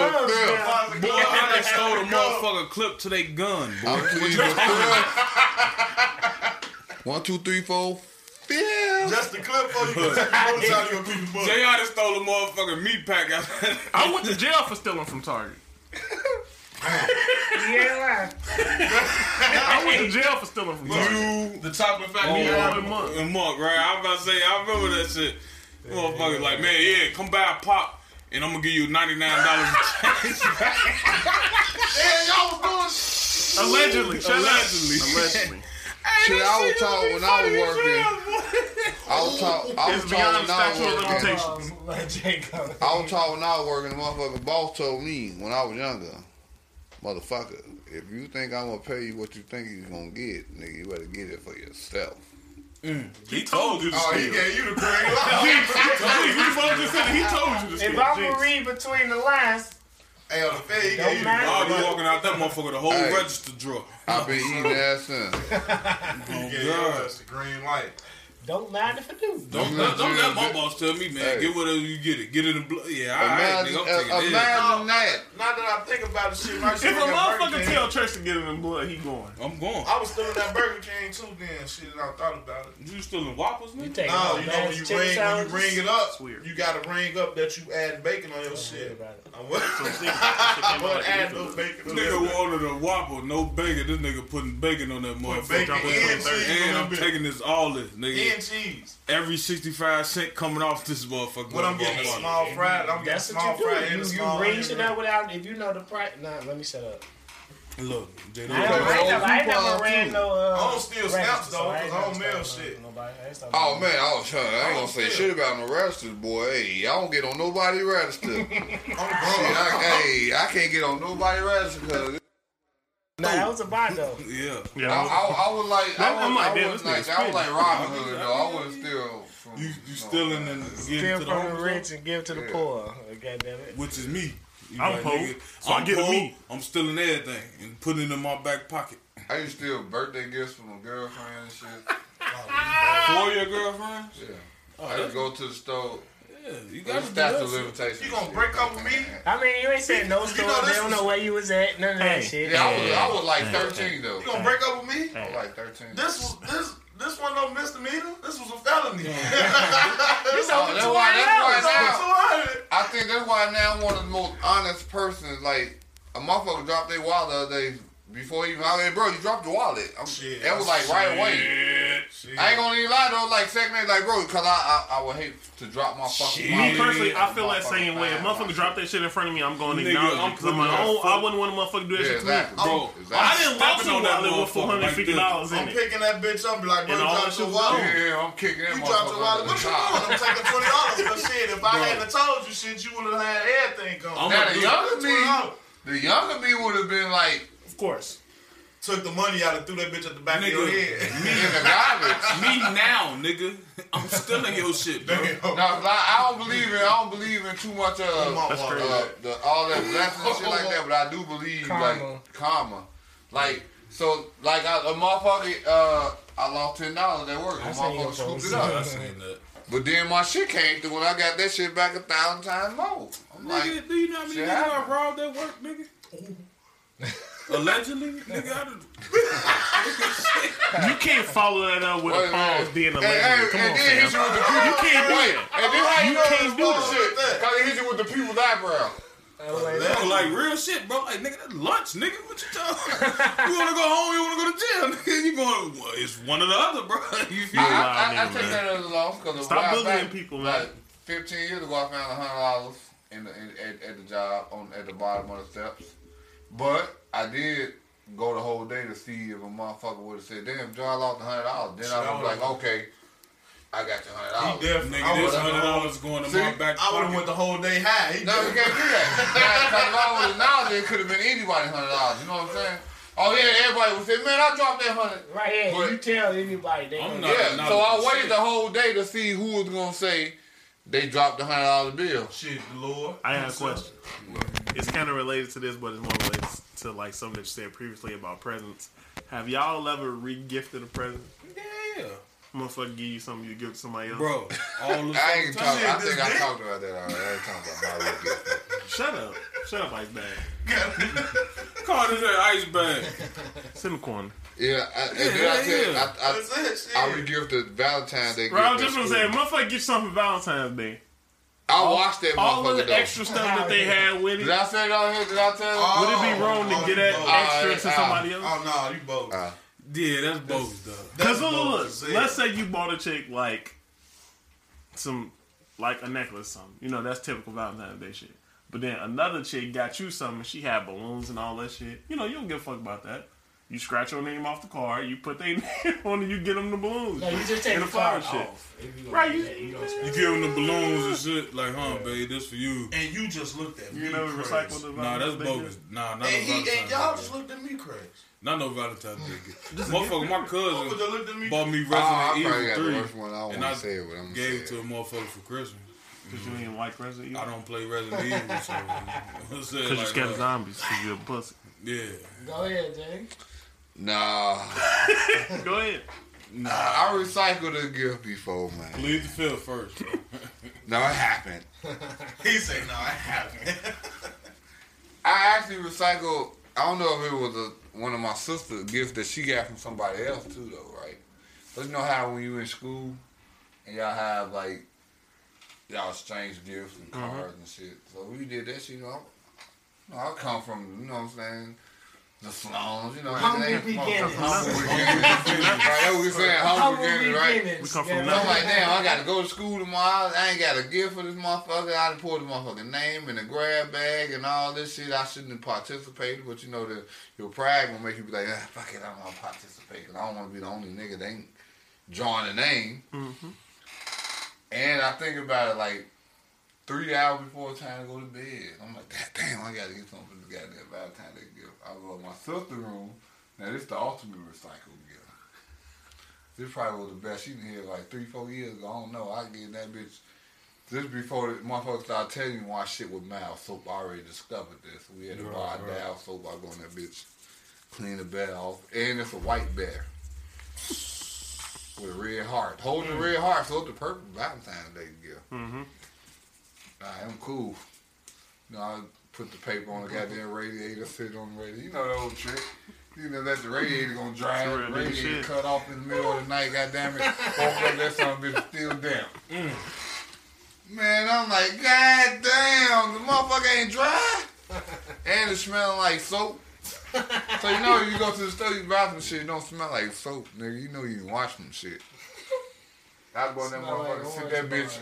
gloves the fifth. now. Boy, I done stole the Go. motherfucker clip to they gun, boy. I plead the fifth. One, two, three, four. Yeah. Just the clip for you. Go to the motorcycle, you gonna keep the book. JR done stole a motherfucking meat pack out I went to jail for stealing from Target. Yeah, I went to jail for stealing from Target. You The chocolate Oh, factory. Yeah, Yeah. one month. and Mark, right? I was about to say, I remember that shit. Motherfuckers like, man, yeah, come buy a pop, and I'm gonna give you ninety nine dollars. y'all was Allegedly. Shut Allegedly. up. Allegedly. Shit, I was taught when I was working. I was taught. I was It's taught beyond when I was statute of working. limitations. yeah. Let Jacob. I was taught when I was working, the motherfucker boss told me when I was younger, motherfucker, if you think I'm gonna pay you what you think you're gonna get, nigga, you better get it for yourself. He told Oh, you to Oh, doing. steal. He gave you the green. He told you to steal. If I'm Jinx. gonna read between the lines, Hey, on the fed, he Don't gave you the matter. I'll be walking out that motherfucker the whole Hey. register drawer. I've been eating ass since. green. He gave God. us the green light. don't mind if I do. Don't, I'm let, not don't let doing my it. boss tell me, man. Hey. Get whatever you get it. Get it in the blood. Yeah, all right, Imagine, nigga. uh, I'm taking this. imagine that. Now that I think about it, shit, my shit. If a motherfucker tell Church to get in the blood, he going. I'm going. I was still in that Burger King too. Then shit, and I thought about it. You stealing whoppers, You nigga? take No, my you know when man's you chicken ring when you sandwiches. ring it up, weird. you gotta ring up that you add bacon on your shit. about it. I wasn't I add no bacon. on Nigga that. wanted a whopper, no bacon. This nigga putting bacon on that bacon motherfucker. Drop it and on cheese. And I'm on that taking this all this, bitch. nigga. and cheese. Every 65 cent coming off this motherfucker. When I'm getting a Whopper. small fried, I'm getting That's small what you fried do. and You, a you small. ring shit hamburger. up without if you know the price. Nah, let me shut up. Look, J-Lo, I, don't, I, ain't never, I ain't never Coupon, ran too. no. Uh, I don't steal records, snaps, though, I ain't 'cause I don't never mail stopped shit. with Nobody. I ain't stopped Oh with man, I was trying. I ain't gonna say Yeah. shit about no registers, boy. Hey, I don't get on nobody register. Shit, I'm I, hey, I can't get on nobody register because Nah, that was a buy though. Yeah. I, I, I would like. I would, I'm like, I damn, would this like, nigga I would like Robin Hood though. I wouldn't steal. From, You, you stealing and getting Give from to the the homeless, rich and give to the Yeah. poor. God damn it. which is me. You I'm like, poor, nigga, so I get a poor, meat. I'm stealing everything and putting it in my back pocket. I used to steal birthday gifts from my girlfriend and shit. For your girlfriend? Yeah. Oh, I used to go to the store. Yeah, you It gotta was do statute that of shit. limitations. You gonna break up with me? I mean, you ain't said no store. know, they this don't is- know where you was at. None of that shit. Yeah, I was, I was like 13 though. You gonna break up with me? I was like 13. This was this this one no misdemeanor. This was a felony. It's Oh, over that's 200 why- that's why hours. now- I think that's why now I'm one of the most honest persons. Like a motherfucker dropped their wallet the other day before he even. I was like, bro, you dropped your wallet. I'm, Shit. that was like right away. Shit. I ain't gonna even lie though. Like second day, like bro, because I, I I would hate to drop my fucking. Shit. Me wallet. personally, I feel that Motherfucker, same way. If man, motherfucker like- drop that shit in front of me, I'm going to Nigga, acknowledge I'm it because I'm putting like, my oh, foot- I wouldn't want a motherfucker to do that Yeah, shit to me. exactly. Oh, Bro, I exactly. didn't lost Stepping a on that wallet with four motherfucker hundred like fifty dollars in I'm it. picking that bitch up. Be like, bro, And you all that dropped your shit was wallet. gone. Yeah, I'm kicking that You dropped your motherfucker. wallet. to the top. What you doing? I'm taking twenty dollars. But shit, if I hadn't told you shit, you would have had everything gone. I'm Now the Took younger the me, $20. the younger me would have been like Of course. Took the money out and threw that bitch at the back of your Nigga, head. in the garbage. me now, nigga. I'm stealing your shit, bro. No, I don't believe in. I don't believe in too much of That's uh, crazy. the, all that blessing and shit like that. But I do believe Karma. like karma, like so, like I, a motherfucker. Uh, I lost ten dollars at work. A seen your motherfucker scooped post. it I up, seen that. but then my shit came through, and I got that shit back a thousand times more. I'm like, nigga, do you know how many shit niggas got happened. robbed at work, nigga? Allegedly, nigga, I done- You can't follow that up with Wait a a pause minute. being a Hey, hey, legend. Come and on, then hit you fam. with the people. You can't do it. And then how you, You know can't it's do that. bullshit? Cause they hit you with the people's eyebrow. Bro, like real shit, bro. Like nigga, that's lunch, nigga. What you talking? you wanna go home? You wanna go to jail? Nigga, you going? Well, it's one or the other, bro. You Yeah. feel? me? I, I, I nigga, take man. that as a loss because Stop bullying people, man. Like Fifteen years ago, I found a hundred dollars in, the, in at, at the job on at the bottom of the steps, but I did go the whole day to see if a motherfucker would have said, "Damn, John I lost a hundred dollars." Then I was like, "Okay, I got your hundred dollars." Nigga, this would've- hundred dollars going to my See, back I would have pocket. went the whole day high. He No, you just- can't do that. Because if I would have it could have been anybody hundred dollars. You know what I'm saying? Oh yeah, everybody would say, "Man, I dropped that hundred. Right here, But- you tell anybody they. gonna- I'm not. Yeah, not so I shit. waited the whole day to see who was gonna say they dropped the hundred dollar bill. Shit, the Lord. I have a question. It's kind of related to this, but it's more related to like something that you said previously about presents. Have y'all ever re-gifted a present? Yeah, Motherfucker, give you something you give to somebody else. bro. All the I ain't talking. I this think I dick. talked about that already. I ain't talking about how we get. Shut up. Shut up, Ice Bag. caught in that ice bag. Sit in the corner. Yeah, I, and then I yeah, tell you, yeah. I, That's it, shit. I, I regifted Valentine's Day. Bro, I gift was just at gonna school. say, motherfucker, give something for Valentine's Day. I watched that All of motherfucker the though. extra stuff that they had with Did it. I say it on here? Did I tell you? Oh, Would it be wrong oh, to get you that bogus. extra Alright, to somebody else? Oh no, you both. Uh, Yeah, that's both though. Because That's look, look, bogus look, as let's hell. say you bought a chick like some, like a necklace, something. You know, that's typical Valentine's Day shit. But then another chick got you something. She had balloons and all that shit. You know, you don't give a fuck about that. You scratch your name off the card. You put their name on it. You get them the balloons. No, you just take And the the flower card shit. off. If you gonna Right, do you- that, you don't You give them the balloons and shit, like, huh, babe, this for you. and you just looked at me. You know, crazy. recycle the Nah, that's Valentine's Day bogus. gift. Nah, not no And, he, and y'all Valentine's just Day. looked at me crazy. Not no Valentine's Day. gift. Motherfucker, my Motherfucker cousin just looked at me. bought me Resident oh, I probably got the Evil worst 3 one. I don't and want I to say it, but I'm gave going it to a motherfucker for Christmas. Cause you ain't like Resident I Evil. don't play Resident Evil, so. I said, Cause you like, scared of uh, zombies. Cause you're a pussy. Yeah. Go ahead, Jay. Nah, Go ahead. I recycled a gift before, man. Leave the field first. bro. No, it happened. He said, "No, I haven't." I actually recycled. I don't know if it was a, one of my sister's gifts that she got from somebody else too, though, right? But you know how when you in school and y'all have like y'all exchange gifts and cards and shit. So we did that shit. You know, I, you know, I come from you know what I'm saying. The slums, you know, Humble they- beginnings. Humble beginnings. Right, that's what we saying. Humble beginnings, right? We come from yeah. And I'm like, damn, I gotta go to school tomorrow. I ain't got a gift for this motherfucker. I done poured the motherfucking name in the grab bag and all this shit. I shouldn't have participated, but you know, the, your pride gonna make you be like, ah, fuck it, I don't wanna participate 'cause I don't wanna be the only nigga that ain't drawing a name. And I think about it like three hours before time to go to bed. I'm like, "God damn, I gotta get something for this goddamn Valentine's Day gift. I go to my sister's room. Now, this the ultimate recycle gift. This probably was the best she done had like three, four years ago. I don't know. I gave that bitch. This before the motherfuckers started telling me why shit with mouth soap. I already discovered this. We had to buy a dial soap. I go in that bitch, clean the bed off, and it's a white bear with a red heart. Holding Mm. the red heart, so it's the purple Valentine's Day gift. Mhm. I am cool. You know, I put the paper on the goddamn radiator, sit on the radiator. You know the old trick. You know that the radiator gonna dry. It's a The real nigga radiator shit. cut off in the middle of the night. Goddamn it! Woke up that son of a bitch still damp. Mm. Man, I'm like, God damn, the motherfucker ain't dry. And it's smelling like soap. So you know you go to the store, you buy some shit, it don't smell like soap, nigga. You know you wash some shit. I go in that Smell like motherfucker, sit orange that bitch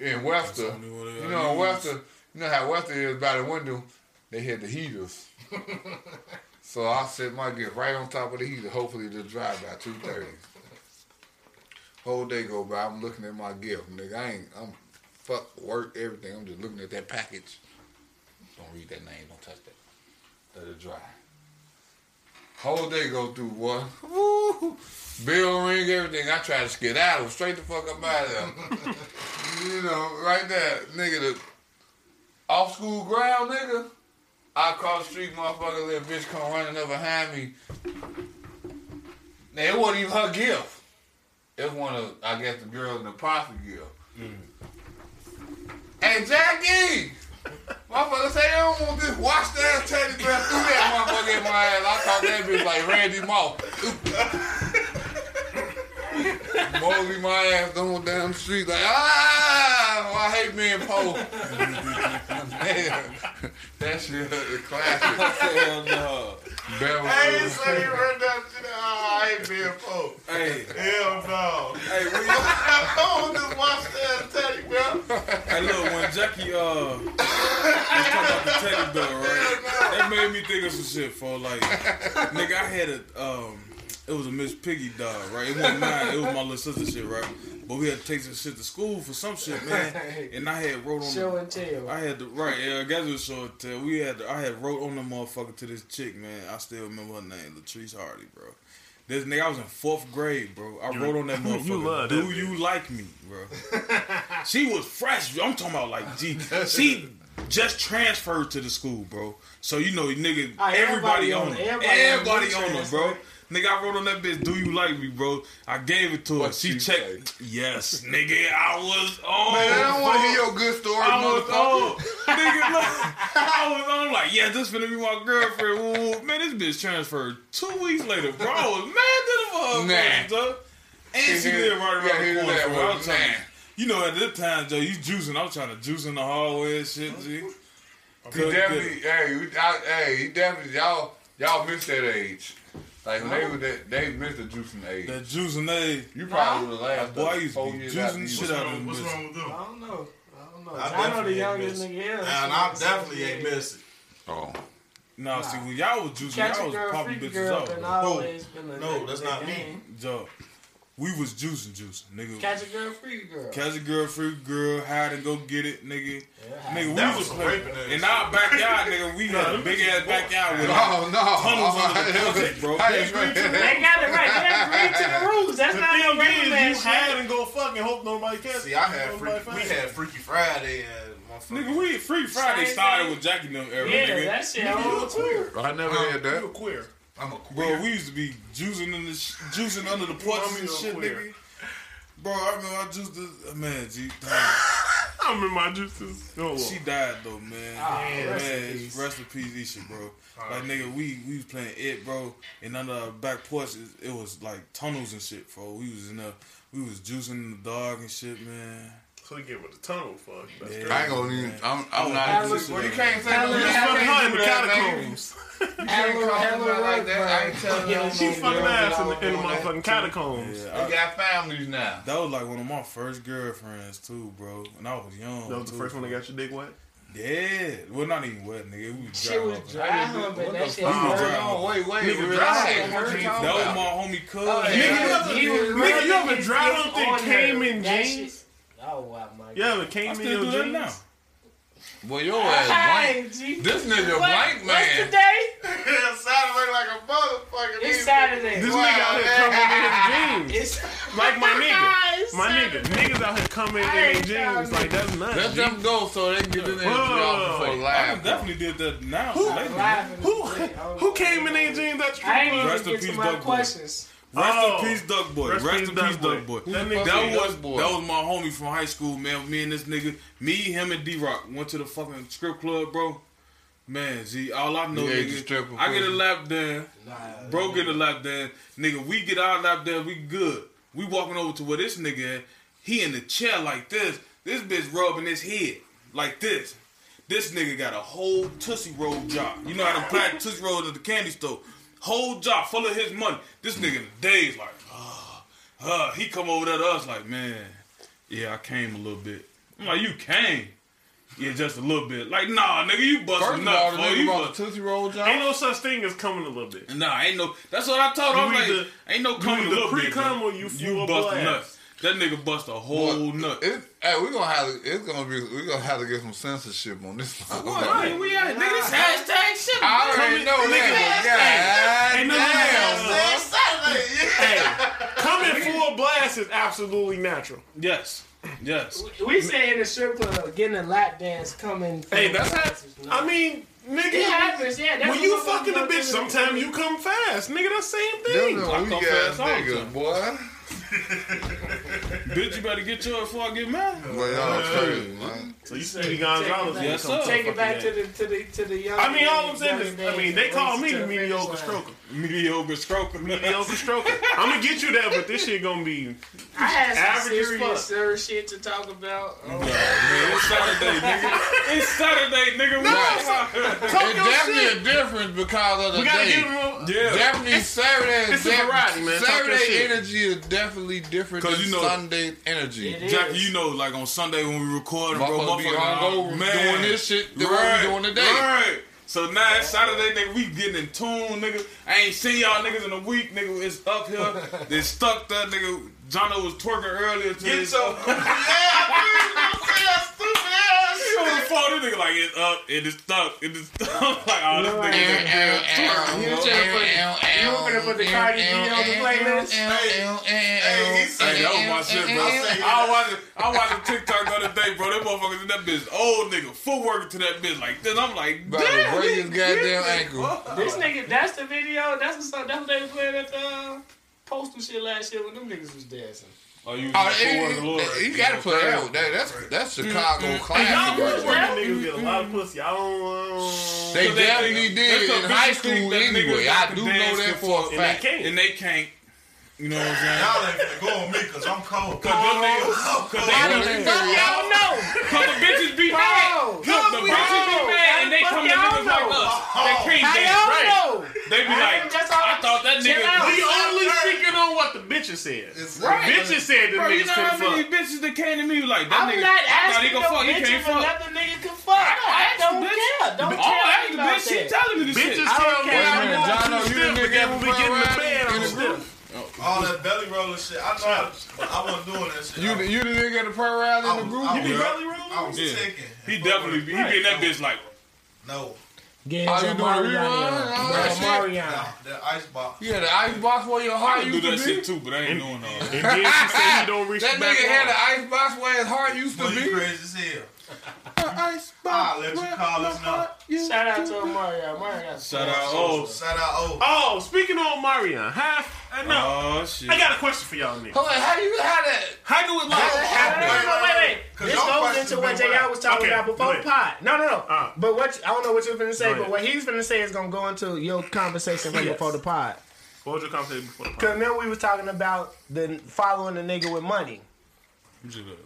in Webster. That's the only one that You I know in use. Webster, you know how Webster is by the window, they had the heaters. so I set my gift right on top of the heater, hopefully it'll dry by two thirty. Whole day go by, I'm looking at my gift, nigga. I ain't I'm fuck work, everything. I'm just looking at that package. Don't read that name, don't touch that. Let it dry. Whole day go through, boy. Woo! Bill ring, everything. I try to skedaddle straight the fuck up out of there. you know, right there, nigga. The off school ground, nigga. I cross the street, motherfucker. Little bitch come running up behind me. Now it wasn't even her gift. It was one of, I guess, the girl in the posse gift. Hey Jackie, motherfucker say I don't want this washed ass teddy bear through that motherfucker in my ass. I caught that bitch like Randy Moss. Mosey my ass down down the street like ah, I hate being poor. Man, that shit is classic. Hell no. Bear was- Hey, so he run down to the. Oh, I ain't being poor. Hey, Hell no. hey, what you- I don't just watch that teddy bear. Hey, look, when Jackie, uh, was talking about the teddy bear, right? That made me think of some shit for like, nigga, I had a, um, it was a Miss Piggy dog, right? It wasn't mine, it was my little sister shit, right? But we had to take some shit to school for some shit, man. And I had wrote on Show the, and tell. I had the right, yeah, I guess it was show and tell. We had, I had wrote on the motherfucker to this chick, man. I still remember her name, Latrice Hardy, bro. This nigga, I was in fourth grade, bro. I wrote on that motherfucker. you love that Do bitch. you like me, bro? She was fresh. I'm talking about like, gee, she just transferred to the school, bro. So you know, nigga, All right, everybody everybody, on on him. it. Everybody on Everybody it. on him, bro. Nigga, I wrote on that bitch, "Do you like me, bro?" I gave it to her. What She you checked. Yes, nigga, I was on. Man, I don't want to bro. hear your good story, I was motherfucker. on, nigga. Look, I was on like, yeah, this finna be my girlfriend. Woo, woo. Man, this bitch transferred two weeks later, bro. I was mad to the motherfuckers, Nah. dog. And she Yeah, lived right yeah, around hear the corner. that From her. I one. was trying, Nah. you know, at this time, Joe, you juicing. I was trying to juice in the hallway and shit. G. He definitely, hey, we, I, hey, he definitely, y'all, y'all missed that age. Like when they were, that, they missed the juicing age. That juicing, they. You probably would have last Boy, I like used to four be years juicing after the you shit was- What's out wrong, of what's them wrong with them? I don't know. I don't know. I I, know the definitely youngest ain't nigga here. And I definitely ain't miss it. Oh, Nah, see, when y'all was juicing, Catch y'all a was girl, popping freaky bitches girl, out. and bro. always been a No, that's not me. Joe, we was juicing, juicing, nigga. Catch a girl, freaky girl. Catch a girl, free girl, hide and go get it, nigga. Nigga, That we was was some playing raping ass in our backyard, nigga. We had a big ass backyard with no, no. tunnels under the concrete, bro. I didn't agree to They got it right. They agreed to the rules. That's The not no thing regular man is, you hide shit. and go fuck and hope nobody catches. See, I had Nobody freaky, we finds you. had Freaky Friday and motherfucker. Nigga, we free Friday Same started thing. with Jackie and them era, Yeah, nigga. that shit. You a old. queer. I never had You a that. queer. I'm a queer. Bro, we used to be juicing in the sh- juicing under the want porches me and to shit, queer? nigga. Bro, I remember I juiced this uh, man. G, damn, I remember my juices. Oh, she died though, man. man, man, Ah, rest in it's- peace. rest in peace, Isha, bro. Like nigga, we we was playing it, bro, and under our back porch, it, it was like tunnels and shit, bro. We was in there, we was juicing in the dog and shit, man. so you get with the tunnel, fuck. That's Yeah. crazy. I ain't gonna even, I'm, I'm I not look- Well, you can't say no. I You look- just I fucking Her hung in the with that, man. catacombs. Can't Hello, call hello, nobody like that. I ain't bro. telling Yeah, no she more She's fucking girl ass that in I the, in the want that. motherfucking catacombs. Yeah, They got families now. That was like one of my first girlfriends too, bro. When I was young. That was the too. first one that got your dick wet. Yeah. Well, not even wet, nigga. We was She driving. was up dry there. humping. That shit. fuck? hurt. Oh, wait, wait. Nigga, relax. dry What humping. you talking That was about? my homie cuz. Oh, Nigga, yeah. you ever- He was nigga, rubbing you ever his dried dick up that on came her. in That jeans? shit- Oh wow, my You god. ever came I in still do your that jeans? now. Well, your ass blank. Hi, G. This What- nigga blank, What's man. today? Yeah, Saturday like a motherfucker. It's These Saturday. This Wow, nigga out here coming in his jeans. It's Like my nigga. It's My nigga. Saturday. Niggas out here coming in I their ain't jeans. telling Like, that's nuts. Let G. them go so they can get in there and get Whoa. off before I live. definitely did that now. I'm lately. laughing. Who, Wait, hold who on. came in their jeans at the I strip ain't club? Rest even in get to peace, my Doug Boy. questions. Rest Oh. in peace, Duck Boy. Rest, in peace, Duck Boy. That That nigga- Fucking was Duck Boy. that was my homie from high school, man. Me and this nigga, me, him, and D Rock went to the fucking strip club, bro. Man, Z, all I know, You ate the nigga, stripper I get a pussy. lap dance. Bro get a lap dance. Nigga, we get our lap dance, we good. We walking over to where this nigga at. He in the chair like this. This bitch rubbing his head like this. This nigga got a whole Tussie Roll jar. You know how the black Tussie Rolls at the candy store. Whole jar full of his money. This nigga in the days like, ah, ah. He come over there to us like, man, yeah, I came a little bit. I'm like, you came. Yeah, just a little bit. Like, nah, nigga, you First busting of all, up. the fool. You nigga bought bust- the Tootsie Roll job. Ain't no such thing as coming a little bit. Nah, ain't no. That's what I told. her. I'm You like, either- ain't no coming either to pre-cum bro. or you full bust blast. nuts. That nigga bust a whole Boy, nut. It's, hey, we gonna have to, it's gonna be we gonna have to get some censorship on this. What? Hey, we out here, nigga. This hashtag shit. I Come already in- know that. Ain't God no- damn. Saturday, yeah. Hey, coming full blast is absolutely natural. Yes, yes. We say in the strip club, getting a lap dance coming. from Hey, that's the not. dancers, no. I mean, nigga. it happens. Yeah, that's When you what fucking a I'm bitch, doing. sometimes you come fast, nigga. That's same Them thing. the fast weak ass all the time. niggas, boy. Bitch, you better get yours before I get mad. Well, y'all crazy, man. So you see Gonzalez? when you Yes, come sir. fucking Take it back to in. the to the to the young. I mean, all days, I'm saying young is, I days, mean, they races call me to the the finish mediocre line. stroker. Mediocre stroker. Mediocre stroker. I'm gonna get you there, but this shit gonna be. I had some Average as fuck. serious serious shit to talk about. Oh, Man, it's Saturday, nigga. It's Saturday, nigga. No, Talk It's your shit. definitely a difference because of the We gotta day. give him. A, yeah. Definitely Saturday. it's a def- variety, man. Talk your Saturday shit. energy is definitely different 'Cause than you know- Sunday energy. It is. Jackie, you know, like on Sunday when we record, bro, Motherfuckers be hungover doing this shit than what we doing today. Right. So now it's Saturday, nigga. We getting in tune, nigga. I ain't seen y'all niggas in a week, nigga. It's up here. it's stuck there, nigga. Jono was twerking earlier today. Get your yeah, dude, don't say that He stupid on ass. the shit. phone, this nigga like it's up, it is stuck, it is stuck. like, oh, this nigga just You was trying to put- you were gonna put the Cardi B on the playlist. Hey, he said Hey, that was my my shit, bro. I watched I watched a TikTok the other day, bro. Them motherfuckers in that bitch, old nigga, footwork to that bitch like this. I'm like, About to damn, break his goddamn Oh, ankle. This nigga, that's the video. That's the stuff. That's what they were playing at the uh, postal shit last year when them niggas was dancing. Oh, you Oh, was it- footwork it- lord. you gotta put that. out. That- That's that's Chicago Y'all classic. who Right working there. niggas get a lot of pussy. I don't. They So they definitely think- did that's it a in high bitch think school that niggas anyway. got I to do know dance that for a And they fact. can't. And they can't. You know what I'm saying? Y'all ain't finna go on me because I'm cold. Oh, Cause them niggas, cause they, Well, they figured out- cause the bitches be mad. Look, the we bitches be know. mad and they How the come fuck to y'all niggas like know? us. They cream How dance, right? y'all know? They be I- like, that's all- I thought that Chill out. nigga. We only speaking on what the bitches said. The It's bitches said the Bro, you niggas know how many couldn't fuck. bitches that came to me like that I'm not nigga? I thought he asking no could fuck. He bitch can't if fuck. another nigga can fuck. I ask the don't, bitch. care. Don't All I tell ain't me about the bitch. She that. telling me this Bitches shit. tell care. Karen Wait a minute, I'm going John, to the you nigga stiff again when we ain't get in the around bed. in I'm the stiff. all that belly roller shit. I tried, but I wasn't doing that shit. You I, the- you the nigga at the prayer rally in the group. I, was, Belly I roll? was Yeah. ticking. He definitely be, he be in that bitch like, No. Get How your you doing, Mariana. rerun? All Bro, that shit. Nah, Mariana. that ice box. Yeah, the ice box where your I heart can do used that to be. shit too, but I ain't doing all that. And then she said he don't reach That the back nigga had wall. an ice box where his heart used to But you be. crazy as hell. Ice I'll let you call us now. Shout out to Mario. Mario. Shout out, oh, Shout out O. Oh, speaking on Marion, half. I know. oh shit. I got a question for y'all niggas. I'm like, how you how that? How do it No, no, like? no, no, wait, wait. 'Cause This y'all goes questions into what been JR wild. was talking Okay, about go before ahead. pot. No, no, no. Uh. but what you, I don't know what you are finna say, Go but ahead. what he's finna say is gonna go into your conversation right Yes. before the pod. What was your conversation before the Cause podcast? remember we was talking about the following the nigga with money.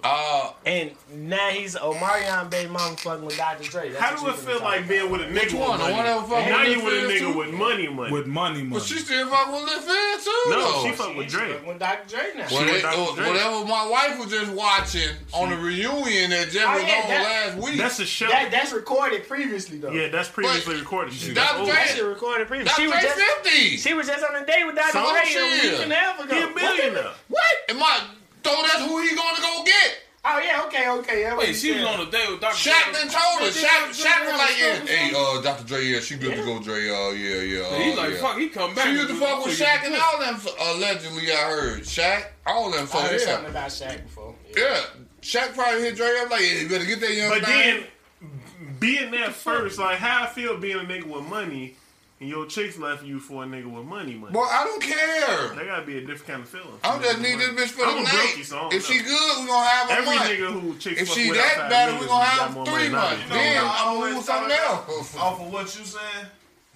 Uh, And now he's Omarion baby mama fucking with Dr. Dre. That's How what do it you finna feel talk like about. being with a nigga Which with one? The money? one that was fucking now with you with a Lil Fizz, nigga too? with money, money. With money, money. but she still fuck with Lil Fizz too. no, though. she fuck with He's Drake. fucking Oh, with Dr. Dre now. Well, with they- Dr. well, Dre. whatever my wife was just watching on the reunion that just Oh, was yeah, on that- last week. That's a show. That that's recorded previously though. yeah, that's previously recorded. Shit. Oh, That's Dr. old. Dre- That shit recorded That's previously. She was just 350. she was just on a date with Dr. So Dre a shit. week and a half ago. He a What the- millionaire. What? Am I? So that's who he gonna go get? Oh yeah, okay, okay. Yeah, Wait, she was on a date with Dr. Shaqman told her. Shaq, Shaq was like, yeah, hey, uh, Dr. Dre, yeah, she good to Yeah. go, Dre. Uh, yeah, yeah. Uh, He's like, yeah. fuck, he come back. She used to fuck with She Shaq and all them. Allegedly, I heard Shaq, all Oh, them I heard folks. something Oh, Yeah, about Shaq before. Yeah. yeah. Shaq probably hit Dre up like, yeah, you better get that young. But thing. then being there first, like how I feel being a nigga with money, and your chicks left you for a nigga with money, money. boy, I don't care. That gotta be a different kind of feeling. I just need this bitch for I'm the a night. brookie, so I don't If she know. good, we gonna have a Every month. nigga who chicks If fuck she with that outside bad, niggas we is gonna got have more money three than I do. months. You know, Then I I'm gonna always move something thought else. Off of what you saying,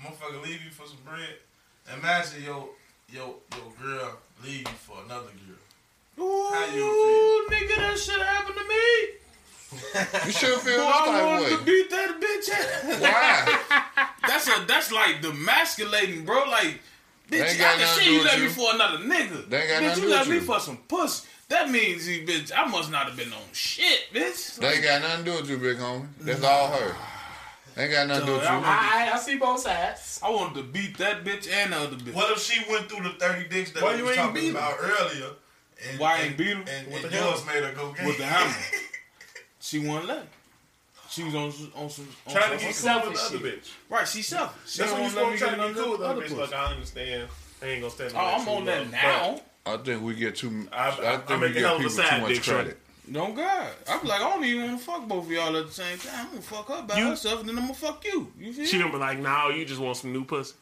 motherfucker leave you for some bread. Imagine your your your girl leave you for another girl. How you Ooh, nigga, that shit happened to me. You should feel Boy, this I wanted type to of way. beat that bitch ass. Why? that's a, that's like demasculating, bro. Like, They ain't bitch, got after nothing shit, to you do left with me you. for another nigga. They ain't got bitch, nothing you to do left with me you. for some pussy. That means, you, bitch, I must not have been on shit, bitch. They ain't got nothing to do with you, big homie. That's all her. They ain't got nothing to do with Nah, you. I want- I, I I see both sides. I wanted to beat that bitch and the other bitch. What if she went through the thirty dicks that Why we you was ain't talking beat about earlier? And, Why and, ain't beat 'em? And, With and the yours made her go With the game. hammer. She won not let. She was on on some on Trying some- to get some- cool with the selfish other bitch. right. She selfish. She That's don't when you let me supposed to get try to be another- cool with the other other bitch. pussy. Look, I understand. I ain't gonna stand. Oh, I'm on that now. I think we get too. I- I, I- I think make we a get hell of a people side too much dick, right? credit. No God. I'm like, I don't even want to fuck both of y'all at the same time. I'm gonna fuck her by You- herself, and then I'm gonna fuck you. You feel? She me? gonna be like, "Nah, you just want some new pussy."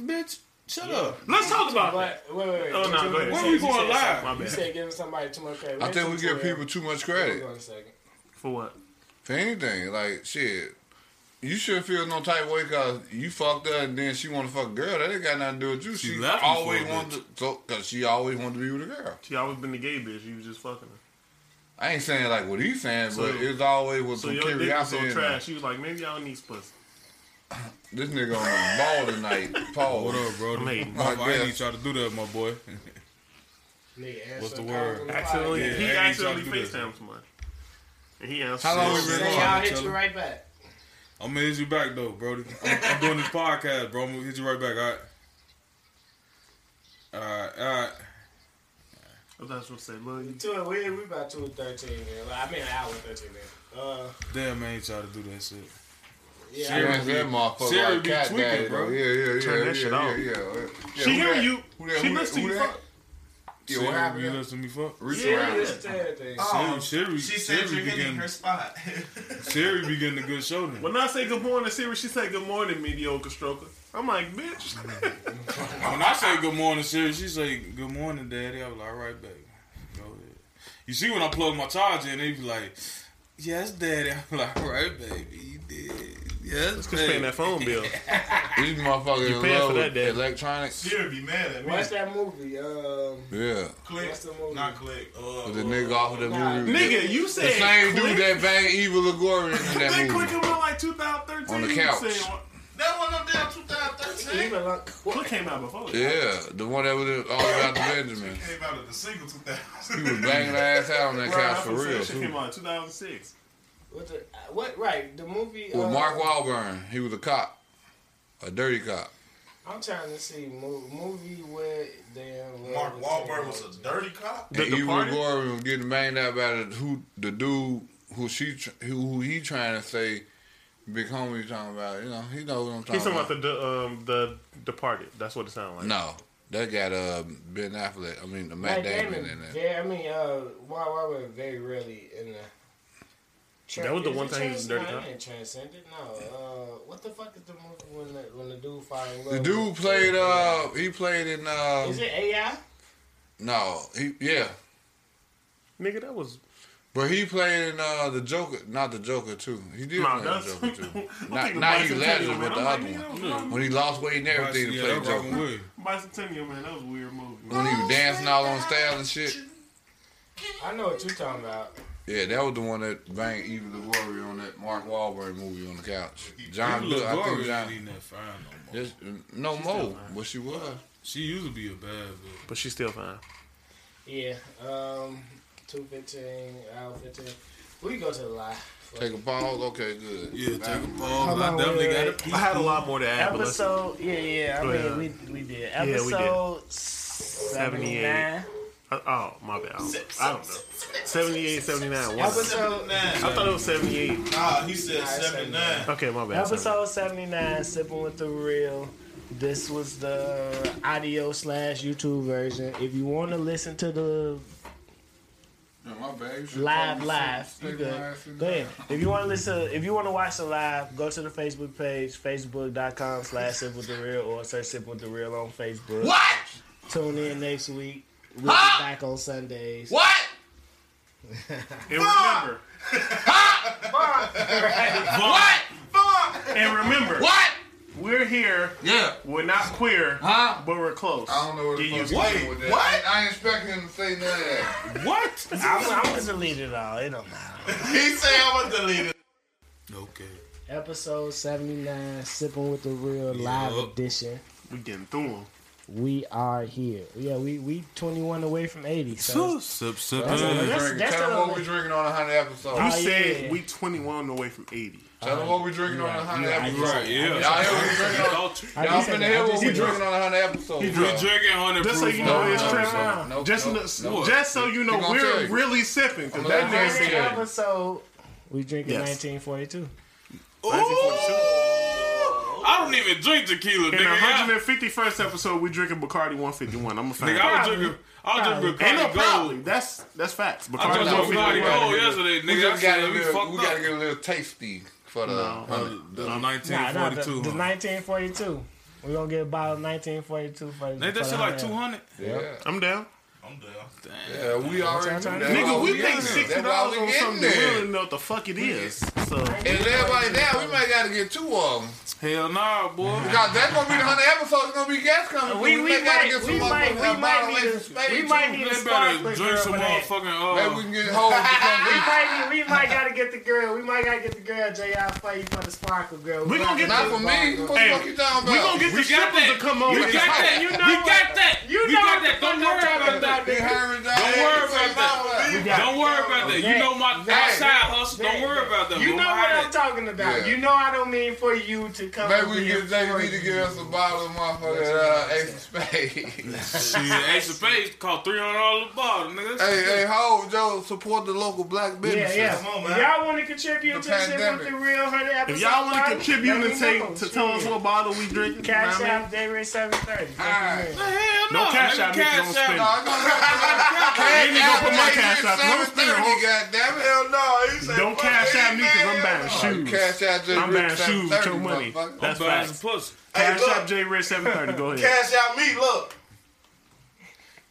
Bitch, shut up. Let's talk about that. But wait, wait, wait. Oh, no, go ahead. Where we going said live? My something. You bad. said giving somebody too much credit. I think we give give people too much Hold credit on a second. For what? for anything. Like shit, you should feel no type of way because you fucked her and then she want to fuck a girl. That ain't got nothing to do with you. She, She left you always for a wanted to, so, cause she always wanted to be with a girl. She always been the gay bitch. You was just fucking her. I ain't saying like what he's saying, So- but it's always with So some your dick was curiosity. so in trash. She was like, "Maybe y'all need some pussy." it. This nigga on the ball tonight. Paul. What up, bro? I'm hating. My- I Yeah. ain't need y'all to do that, my boy. Nigga, What's answer the calls word? on the Accidentally, Yeah, podcast. he ain't accidentally trying to do this. FaceTimed someone. And he answered. How long we been Then on? y'all hit Tell you him. right back. I'm gonna hit you back though, Brody. I'm, I'm doing this podcast, bro. I'm gonna hit you right back. All right. All right. All right. That's what I said. Look, you- Two and we we about two and thirteen man. Like, I mean an hour and thirteen man. Uh, Damn, I ain't try to do that shit. yeah. Sure. Yes, that motherfucker Sarah like be cat tweaking, daddy, bro. though. Yeah, yeah, yeah. Turn that yeah, shit yeah, off. Yeah, yeah. Yeah, She who hear that? you. Who that? She who listen to who you that? fuck. Yeah, what happened? You listen to me fuck. Reach around. Serious Ted thing. Oh, Siri, Siri, she said Siri you're hitting begin, her spot. Siri begin a good show then. When I say good morning, Siri, she said good morning, mediocre stroker. I'm like, bitch. When I say good morning, Siri, she say good morning, daddy. I was like, all right, baby. Go ahead. You see, when I plug my charger in, they be like, yes, daddy. I'm like, all right, baby, you did. Yes, Just paying baby. that phone bill. These motherfuckers in paying love for that, with Dad. electronics. Siri be mad at me. What's that movie? Um, Yeah. Click, What's the movie? not click. Uh, But the nigga off of the Nah. movie. Nigga, you The said same click. dude that banged Evil Lagoria in They that click movie. him in like 2013. On the You couch. said, well, That one up down even 2013. like Click came out before. that. Yeah, the one that was in- all about the Benjamin. Came out of the single He was 2000. banging her ass out on that Right, couch that's for what I'm saying. real, Shit came too. out in 2006. what? The, what? Right, the movie. With uh, Mark Wahlberg, he was a cop, a dirty cop. I'm trying to see movie, movie where damn Mark Wahlberg was a dirty cop. The And Evil Departed? Lagoria was getting banged out by the, who, the dude who she tr- who, who he trying to say big homie talking about. You know, he knows what I'm talking He's talking about. about the de- um the Departed. That's what it sounded like. no, that got uh, Ben Affleck. I mean, the Matt Matt Damon, Damon. in there. Yeah, I mean, uh, Mark Wahlberg very rarely in the. That was the Is one it time he was a dirty Transcendent? cop. No, it ain't transcended. No, uh, what the fuck is the movie when the, when the dude fall in love? The dude with- played. Uh, he played in. Uh, Is it AI? no, he yeah, Nigga, that was But he played in uh, the Joker, not the Joker too. He did Nah, play in that's- the Joker too. I'm Not thinking not he Bicentennial Ledger, Man. but the I'm like, other nigga, one. that was- When he lost weight and everything to Yeah, play that Robin Joker. Williams. Bicentennial Man, that was a weird movie. man. When he was dancing all on stage and shit. I know what you're talking about. Yeah, that was the one that banged Evil Glory on that Mark Wahlberg movie on the couch. John, Evil Good, I Lagoria think ain't John. even that fine no more. Yes, no more, but she was. She used to be a bad bitch. But she's still fine. Yeah, um, two fifteen, hour fifteen. We can go to the live. Fuck Take a pause. Okay, good. Yeah, take a Hold pause. I on, definitely wait, got a wait. piece. I had a lot more to add, but let's Episode, yeah, yeah. I Go ahead. mean, we we did we did. episode seventy-nine. Uh, oh, my bad. I don't, I don't know. 78, 79. What? Episode- I 79. thought it was 78. Nah, he said I said 79. Okay, my bad. sorry. Episode seventy nine, sipping with the real. This was the audio slash YouTube version. If you want to listen to the my bad. You should live, probably live, sit- you take my good. ass in Go there. ahead. If you want to listen, if you want to watch the live, go to the Facebook page, facebook.com slash sip with the real, or search sip with the real on Facebook. What? Tune in next week. We'll be back on Sundays. What? And remember, What? and remember, What? we're here. Yeah. We're not queer, Huh? but we're close. I Um, don't know what the Get fuck used you to doing with that. What? I ain't expecting him to say none of that. What? I'm, I'm just delete it all. It don't matter. He said I'm gonna delete it. Okay. Episode 79, Sipping with the Real Live Yup. Edition. it. We getting through 'em. We are here. Yeah, we we 21 away from 80. So So, sip, sip, That's in. all right. drinking. that's Tell the them what only- we drinking on a hundred episode. You Oh, said yeah. we 21 away from 80. Tell them what we drinking on a hundred episode. Right, yeah. Y'all hear what we drinking on? drinking I Y'all just finna said- I hear what just we said- drinking on a hundred episode. We drinking 100 Just so proof. you no, know, it's no, tripping. no. nope, just, nope, so- nope. just so you know, gonna tell we're you. really sipping. 'cause I'm that gonna nigga tell Every you. said episode, we drinking Yes. 1942. I don't even drink tequila, In the nigga. 151st episode, we drinking Bacardi 151. I'm gonna find Nigga, out. I was drinking, I was drinking Ain't no Bacardi Gold. problem. That's that's facts. I Bacardi drank No, Bacardi we gotta 151. Gold get- yesterday, We nigga. I just gotta said we get a- we fucked gotta up. get a little tasty for the hundred. The Nah, nah, the, the 1942. huh? 1942. We're going to get a bottle of 1942 for Ain't for that the shit like hundred. 200? Yeah, I'm down. I'm down. yeah, we already do that. Nigga, we That's paid why sixty we dollars on getting something that we there. don't even know what the fuck it is. So And everybody down, we might gotta get two of them. Hell nah, boy. Because that's gonna be the hundred episodes. It's gonna be guests coming. We, through. we, may gotta might, get some we might, we motherfuckers might need that violate a, some space, we too. might They need a better sparkling drink girl some for that. motherfucking. Maybe Uh, we can get hoes to We come might, need- we might gotta get the girl. We might gotta get the girl J.I. Fight for the sparkle girl. We gonna get eat. Not for me. What the fuck Hey, you talking about? we gonna get the got strippers that. to come over. we and got talk. that. You we know got that. You we know got what that. the fuck Don't I'm worry talking about that. about, They hiring Don't worry about that. We got about. Don't worry about that. You know my my side hustle. Don't worry about that. You bro. know what Hide I'm it. talking about. Yeah. You know I don't mean for you to come. Maybe we here get JV for to give you. us a bottle of motherfucking uh, Ace of Spades. Shit, Ace of Base cost three hundred dollars a bottle, nigga. hey, hey, ho, Joe, support the local black Yeah, businesses. yeah. Come on, If man. y'all want to contribute The to this pandemic. with the real hundred episode, If y'all want to Bobby, contribute let and me know. take to tell us Shit. what bottle we drinking, you know cash what I mean? out day rate seven thirty. Alright. Hell no, No cash nigga, out, nigga, don't cash spend No, out. I'm gonna cash ain't even gonna put my cash out. Don't Seven spend it, thirty, ho. goddamn it. Hell no. He said, Don't fuck cash it, out me 'cause I'm buying man. shoes. Oh, Cash out J. I'm Rich, buying shoes with 730, your money. motherfucker. That's I'm buying facts. some pussy. Cash look. out J Red 730. Go ahead. Cash out me, look.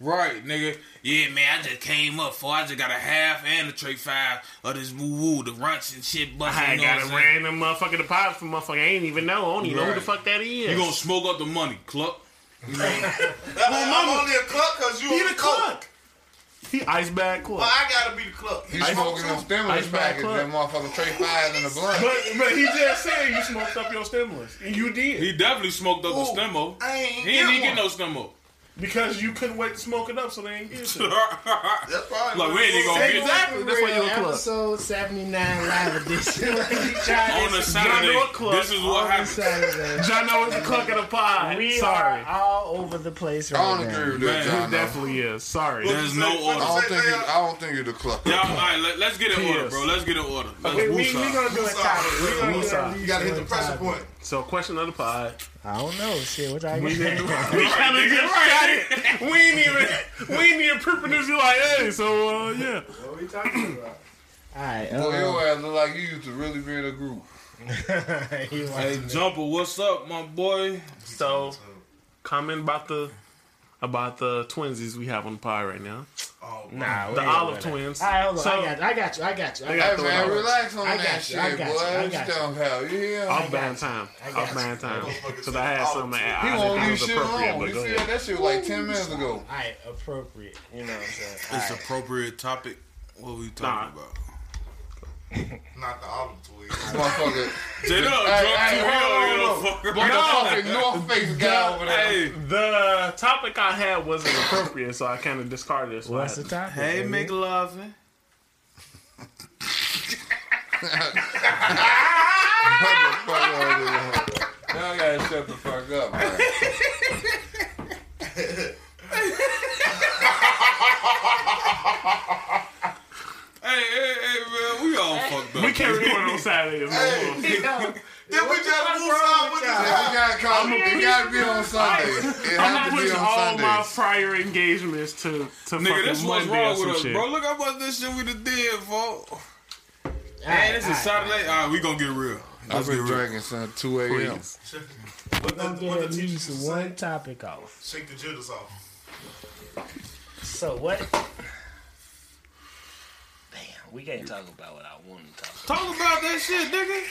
Right, nigga. Yeah, man, I just came up for. I just got a half and a tray five of this woo woo, the runts and shit. But I you know got what a I'm saying? random motherfucking deposit from motherfucker. I ain't even know. I don't even know who Right. the fuck that is. You gonna smoke up the money, cluck? That- I'm only a cluck because you be a the cook. He ice bag cook. Well, I gotta be the cluck. He's smoking them Ice stimulus bag packets, club. that motherfucker Trey Five in the blunt. But, but he just said you smoked up your stimulus. And you did. He definitely smoked up the stemo. I ain't He ain't even get get no stemo. Because you couldn't wait to smoke it up, so they ain't give it to you. That's That's probably Like, we ain't even gonna Take get it Exactly, with that's why the you real a club. Episode seventy nine live edition. on a Saturday. John Club. This is what happened. Saturday. John Noah is the cook of the pod. We Sorry. are all over the place right I don't now. agree with Man, that, John. though. Definitely is. Sorry. There's no order. I don't think you, I don't think you're the club. Y'all, all right, let, let's get in order, Yes. bro. Let's get in order. Let's We, we, woo we side. gonna do a topic. We gonna do Woosah. at You least gotta hit the one pressure topic. point. So, question of the pod. I don't know. Shit, what y'all gonna didn't do do? We kind of nigga, just right. shot it. We ain't even, we ain't even pre-produced you like, hey, so, uh, yeah. What we talking about? All right. Boy, Uh, your ass look like you used to really be in a group. he wants Hey, Jumper, what's up, my boy? So, comment about the, about the twinsies we have on the pod right now. Oh, Nah, The Olive twins. All right, hold on. So- I got you. I got you. I got you. I got Hey got thrown man, out. relax on I got that you, I shit, boy. got you, I You got you. don't have you hear? Off band time. Off band time. Because I had something I He didn't won't think leave was shit appropriate, alone. but You go see ahead. that? That shit was like ten minutes ago. All right, appropriate. You know what I'm saying? All It's right. appropriate topic. What we Nah. talking about? not the olive twig. Motherfucker, J Dub drunk Hey, too hey, hell, hold on, motherfucker. motherfucking North Face guy over there. Hey, The topic I had wasn't appropriate, so I kind of discarded it. So I What's the had to- topic? hey, baby? McLovin. Motherfucker, Y'all gotta shut the fuck up, man. Hey, hey, hey, man, we all fucked up. We can't record on Saturdays. no more. Then we just move on with It this. gotta, come, it gotta be on Sundays. It I'm has not to be pushing on all Sundays. my prior engagements to to Nigga, fucking that's what's Monday wrong or some with us, shit. bro. Look how much this shit we done did, folks. All right, Man, this all is right. Saturday. All right, we gonna get real. I've Let's get been real. drinking since 2 a.m. Please. What I'm the, gonna what get the at teacher least say? one topic off. Shake the jitters off. So what? Damn, we can't talk about what I want to talk about. Talk about that shit, nigga.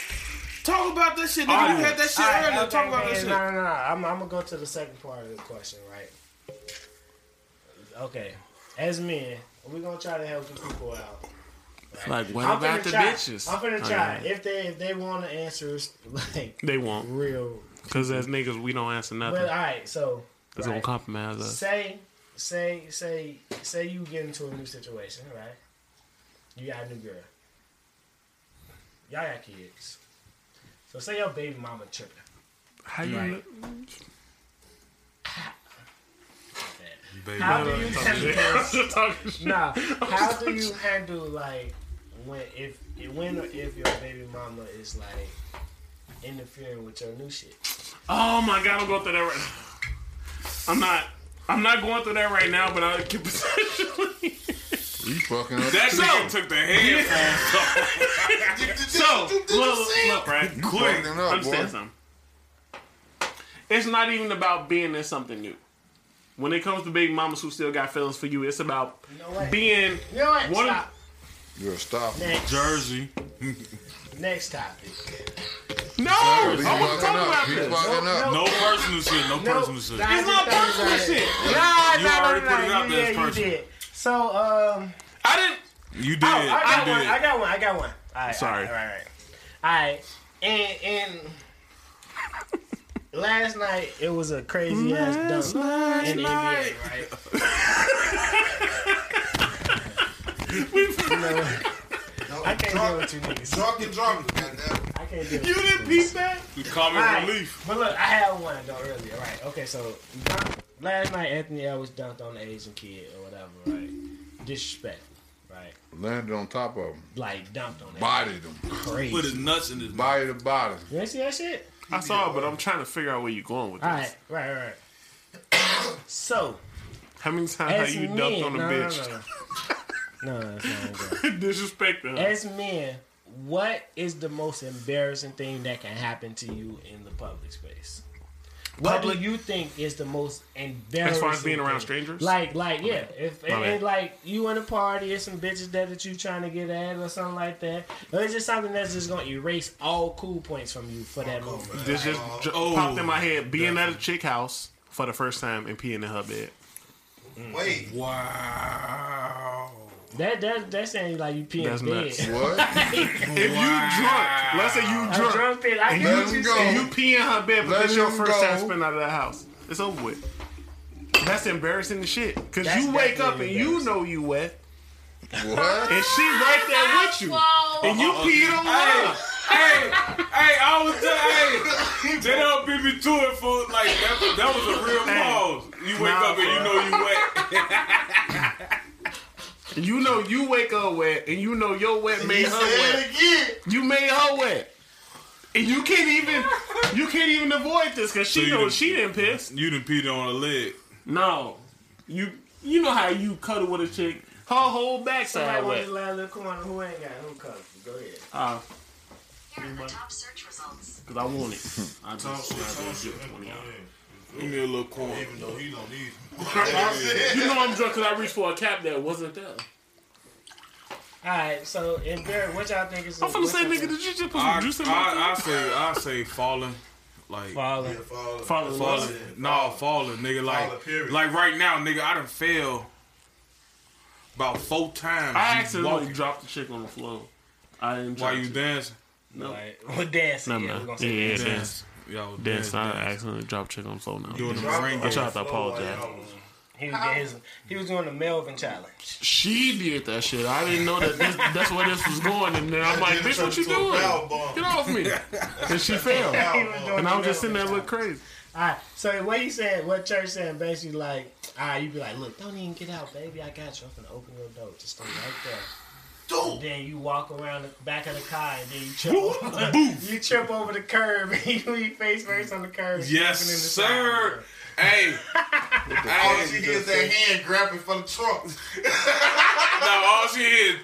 Talk about that shit, nigga. All you right. had that shit All right, earlier. okay, Talk about man, that shit. No, no, no. I'm, I'm gonna go to the second part of the question, right? Okay. As men, we're gonna try to help the people out. Like, what I'm about finna the try. bitches? I'm All finna try. right. If they if they want to answer, it's, like They won't, real. cause as niggas we don't answer But all nothing. right, so It's gonna right. compromise us. say say say say you get into a new situation, right? You got a new girl. Y'all got kids. So say your baby mama tripping. How you? Right. look- How do you handle I'm just talking shit. nah? How do you handle like when if when or if your baby mama is like interfering with your new shit? Oh my god, I'm going through that right. I'm not. I'm not going through that right now, but I could potentially. You fucking up. That nigga took the headphones off. so look, look, right? Fucking up, Understand boy. something. It's not even about being in something new. When it comes to baby mamas who still got feelings for you, it's about You know what? being you know what? one of- Stop. You're a stop. Next, Jersey. next topic. No, He's I want to fucking talk about up. He's this. fucking up. No personal shit. No No, personal shit. nah, It's not you thought it was personal right. shit. Nah, You nah, nah, already nah, put it nah, out you there as did, you personal. did. So, um, I didn't. You did. oh, I got one. I you got one. I got one. All right, Sorry. All right, all right. All right. And and last night it was a crazy ass dunk in the NBA, right? We You know what? I can't deal drunk, with you niggas. drunk and drunk. Goddamn. I can't deal with You didn't peep that? The comic Right. relief. But look, I had one though earlier. Right. Okay, so dunk- last night Anthony Edwards dunked on the Asian kid or whatever, right? Disrespectful, right? Landed on top of him. Like dunked on that. Bodied him. Crazy. Put his nuts in his mouth. Body to body. You ain't see that shit? I saw it, but I'm trying to figure out where you're going with this. All right, right, right. right. so, How many times have as you men, dunked on a no, bitch? No, no, no. no, that's not good. Disrespect them. As men, what is the most embarrassing thing that can happen to you in the public space? What Public- do you think is the most embarrassing? As far as being around thing? strangers? like, like, yeah. If and, bad. and like you in a party, it's some bitches there that you trying to get at or something like that. Or it's just something that's just gonna erase all cool points from you for that moment. This just j- Oh. popped in my head. Being at a chick house for the first time and peeing in her bed. Wait. Wow. That that that saying like you pee in That's bed. nuts. What? If you drunk, let's say you I'm drunk, drunk, bitch. I get Let what him you go. saying. and you pee in her bed, but Let that's your him first time go. spinning out of that house. It's over with. That's embarrassing as shit. Cause That's you wake up and definitely you know you wet, What? and she right there with you, and you peed on her. Hey, hey, I was hey, they don't beat me to it for like that, that was a real pause. You wake Nah, up and you bruh. know you wet. You know you wake up wet, and you know your wet made her You said wet. it again. You made her wet, and you can't even you can't even avoid this because she you knows didn't- she didn't piss. You done peed on a leg. No, you you know how you cuddle with a chick. Her whole Somebody backside wants wet. to lie in the corner. Who ain't got who covered? Go ahead. Uh, Here are the top search results. cause I want it. I Talk just, shit, I talk just shit. give it 20 out. Give me a little corn. Even though he don't need it. You know I'm drunk because I reached for a cap that wasn't there. All right, so in Barry, what y'all think is? I'm finna what's say, up nigga, with- did you just put I, some juice in I, my I say I say falling. Like Falling. Follow the falling. law. No, falling, nigga. Like Falling, period. like right now, nigga, I done fell about four times. I You accidentally walking dropped the chick on the floor. I didn't while drop you it. dancing. No. Right. We're dancing. No, yeah, no. we're gonna Yeah, say yeah, that. dance. Y'all was Dance. dancing. I accidentally dropped chick on the floor now. Doing the ring. I tried to apologize. He was, doing his, he was doing the Melvin challenge. She did that shit. I didn't know that this, that's where this was going. And then I'm like, bitch, what you doing? Get off me. And she fell. He was doing And the I was just sitting Melvin there challenge. look crazy. All right, so what you saying? What church saying? Basically, like, all right, you be like, look, don't even get out, baby. I got you. I'm gonna open your door. Just stay right there. Dude. Then you walk around the back of the car and then you trip. over, you trip over the curb and you you face first on the curb. Yes, slipping in the sir. side. Hey, All she hears that hand grabbing for the truck. now all she hears,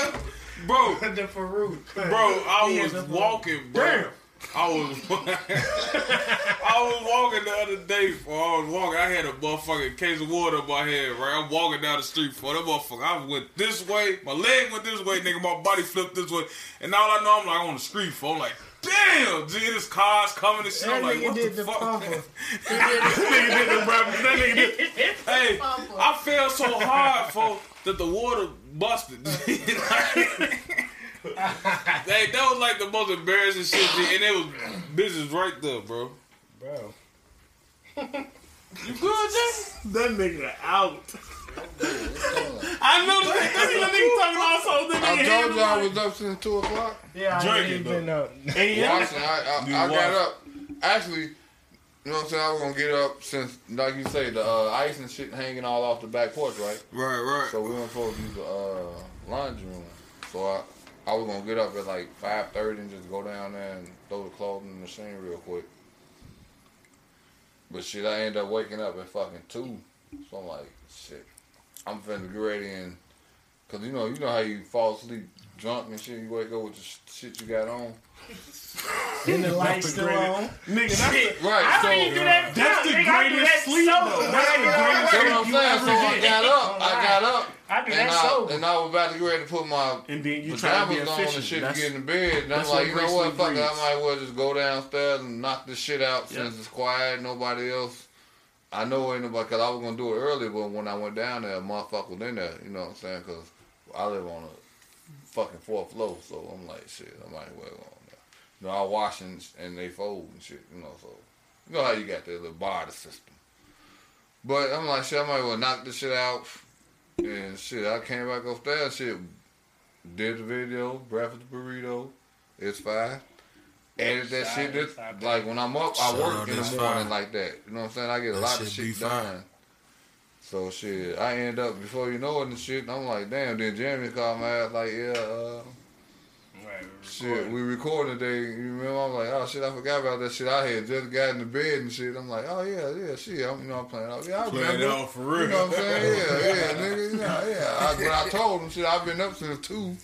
damn, bro. The Farouk. Bro, I Yeah, was that's what- walking, bro. Damn. I was I was walking the other day, for I was walking. I had a motherfucking case of water in my head, right? I'm walking down the street, for that motherfucker. I went this way, my leg went this way, nigga. My body flipped this way, and all I know, I'm like on the street, for I'm like, damn, G, this car's coming and shit. That I'm like, nigga what the, did the fuck? pumper. Nigga did the rap. That nigga did. hey, I fell so hard, for that the water busted. Like- Hey, that was like the most embarrassing shit, G, and it was business right there, bro. Bro. You good, Jay? That nigga out. I know that nigga, that nigga talking about something. I That nigga told you I handle was up since 2 o'clock. Yeah, I Drinking, ain't been up. Watching. I, I, I got up. Actually, you know what I'm saying? I was going to get up since, like you say, the uh, ice and shit hanging all off the back porch, right? Right, right. So we weren't supposed to use the uh, laundry room. So I, I was gonna get up at like five thirty and just go down there and throw the clothes in the machine real quick. But shit, I ended up waking up at fucking two. So I'm like, shit, I'm finna get ready and, cause you know, you know how you fall asleep drunk and shit. You wake up with the sh- shit you got on. And the lights still on. Nigga, that's the, Right. I so don't even do that. that's the nigga, I do greatest that sleep. solo. though. That's the greatest That's what I'm sleep you saying. So I ever did. got up. I got up. I do And that I, solo. and I was about to get ready to put my And then you But try to be was on and shit efficient. to That's, get in bed, and I'm that's what like, you know Greece what, would fuck it, I breeze. might as well just go downstairs and knock this shit out Yeah. since it's quiet, nobody else. I know ain't nobody, because I was going to do it earlier, but when I went down there, a motherfucker was in there, you know what I'm saying, because I live on a fucking fourth floor, so I'm like, shit, I might as well go on there. You know, I wash and, and they fold and shit, you know, so. You know how you got that little barter system. But I'm like, shit, I might as well knock this shit out, And shit, I came back upstairs, shit, did the video, breakfast burrito, it's fine. Edit that shit. That, like when I'm up, I Shout work out, in the it's morning fine. like that. You know what I'm saying? I get a That lot of shit be shit fine. done. So shit, I end up before you know it and shit. And I'm like, damn. Then Jeremy called my ass like, yeah, uh, Right. shit, we recording today. You remember? I'm like, oh shit, I forgot about that shit. I had just gotten to bed and shit. I'm like, oh yeah, yeah, shit. I'm, you know, I'm playing out. Yeah, I Playing remember. it off for real. You know what I'm saying? Yeah, yeah, nigga. You know, yeah. I, when I told him, shit, I've been up since two,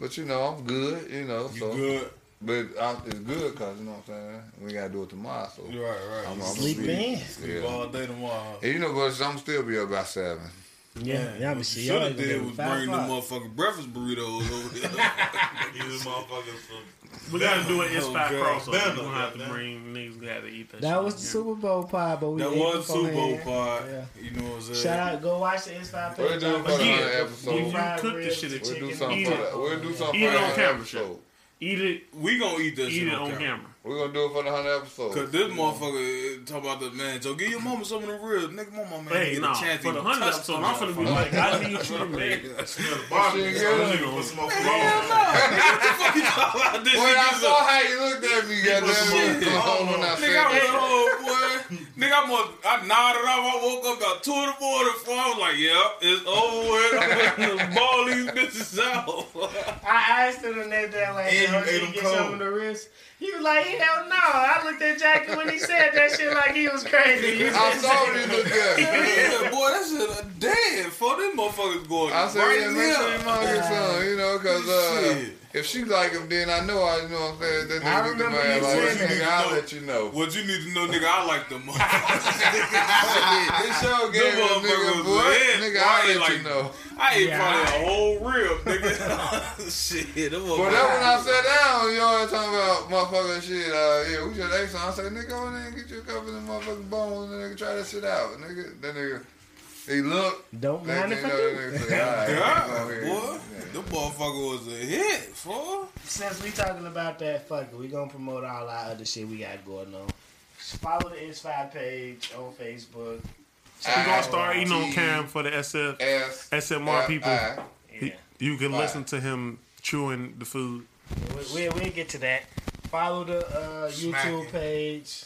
but you know, I'm good. You know, You so good? but I, it's good because you know what I'm saying. We gotta do it tomorrow, so You right, right. I'm, You I'm Sleep in. sleep yeah. all day tomorrow. And you know, but I'm still be up by seven. Yeah, y'all be What you see. should Y'all have even did at was five bring the o'clock. motherfucking breakfast burritos over here. Even motherfuckers from We gotta do an It's Five God. crossover. We're Bama, gonna have to goddamn. bring niggas that to eat that. That shit. was the Super Bowl pod, but we that ate was Super Bowl beforehand. pod. Yeah. You know what I'm saying? Shout out, go watch the N5 We'll page. do it for Again, another If episode. you cook the shit, it's We'll do chicken. something Eat for it. that. We'll do something Eat for it the on 100 camera, episode. Eat it. We gonna eat this. Eat shit it on camera. camera. We're gonna do it for the 100 episode. Cause this motherfucker talk about the man. So give your mama some of the real nigga. My mama ain't Hey, get no. a chance to For the even 100 touch episode, the I'm finna be motherfucker. like, I need you to make the barbecue. Shit, This yeah. nigga put some more cologne. This Boy, nigga I is a- saw how you looked at me, goddamn. shit. it. I don't know when I said Nigga, I was that. old boy. Nigga, I'm a, I nodded off. I woke up about two in the morning. Four. I was like, "Yep, it's over with. I'm gonna ball these bitches out." I asked him the next day, I'm like, And you "Yo, ate did you him get cold. some of the wrist? He was like, hell no. I looked at Jackie when he said that shit like he was crazy. He I said- saw you look at me. yeah, boy, that shit a dead. Fuck, this motherfucker's going I said, right yeah, make sure your now. mom gets some, you know, because uh, Shit. if she like him, then I know, I you know what I'm saying, that I nigga get the remember man you like, saying nigga, that. I'll let you know. What you need to know, nigga, I like the motherfuckers. This show gave Them a motherfuckers nigga, boy, was red. nigga, Why I'll they let you like- know. I ate Yeah, probably a whole rib, nigga. shit, them But motherfuckers. that when I sat down, you always talking about motherfucking shit. Uh, yeah, we just ate some. I said, nigga, go in there and get you a couple of them motherfucking bones and nigga try that shit out. Nigga, that nigga, he looked. Don't Next mind thing if I you know, do. that nigga said, all right, God, go ahead. boy, the motherfucker was a hit, fool. Since we talking about that, fuck it. We gonna promote all our other shit we got going on. Just follow the N5 page on Facebook. Ah. We I- gonna start eating on cam for the SF Ass, SMR ass, people. eye. He- You can Fire. listen to him chewing the food. We, we, we'll get to that. Follow the uh, YouTube page,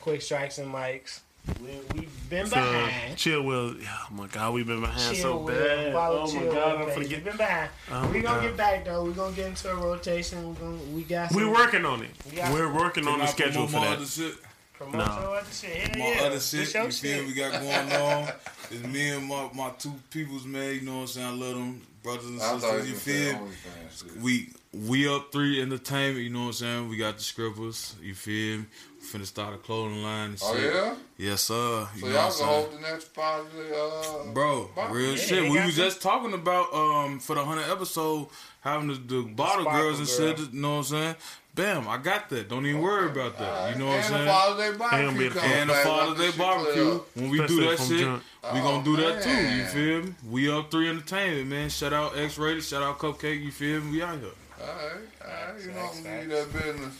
Quick Strikes and Mics. We, we've been So behind. Chillwell, oh my god, we've been behind so Chill with bad. follow Oh my Chill god, with I'm page. forget. We've been behind. Oh my We're gonna God. get back though. We're gonna get into a rotation. We're gonna, we got some We're working on it. We got- We're working on Can the I schedule promote for my that. Other shit? promotional No. other shit. Hell My yeah. other This shit, your you feel shit. we got going on is me and my, my two peoples, man. You know what I'm saying? I love them brothers and I thought sisters. he You was saying feel me? OnlyFans, dude. we we up three entertainment. You know what I'm saying? We got the scribbles. You feel me? We finna start a clothing line. And shit. Oh, yeah? Yes, sir. You So know y'all what I'm can saying? hold the next positive. Uh, Bro, Bro, real yeah, shit. they We got was them. just talking about um for the hundred episode having the, the bottle sparkle girls and shit. girl. You know what I'm saying? Bam, I got that. Don't even worry about that. You know what I'm and saying? the Father's Day And be barbecue. the- coming And the back Father's after Day she play barbecue. up. When we Especially do that if I'm shit, drunk. we gonna do that too. You Oh, man. feel me? We up three entertainment, man. Shout out X Rated. Shout out Cupcake. You feel me? We out here. Alright, alright, you know I'm gonna leave that business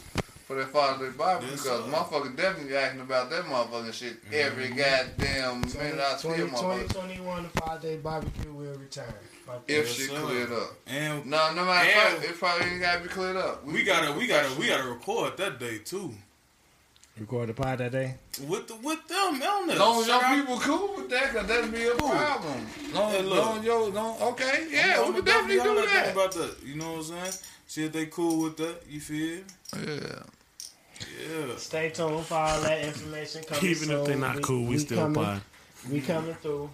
for that Father's Day barbecue Yes, because sir. motherfucker definitely acting about that motherfucking shit Mm-hmm. every goddamn minute I see a 20, motherfucker. 2021 the five day barbecue will return. Fuck If Yes, she sir. cleared up. And No, no matter And- what, it probably ain't gotta be cleared up. we gotta, we gotta, we gotta record that day too. Record the pod that day. With the, with them, on As long as your people cool with that, cause that'd be a problem. Long, Hey, as look. long as your, long, okay, yeah, we could definitely do that. About that, you know what I'm saying? See if they cool with that. You feel? me? Yeah. Yeah. Stay tuned for all that information coming Even soon. if they're not cool, we still coming, buy. We coming through.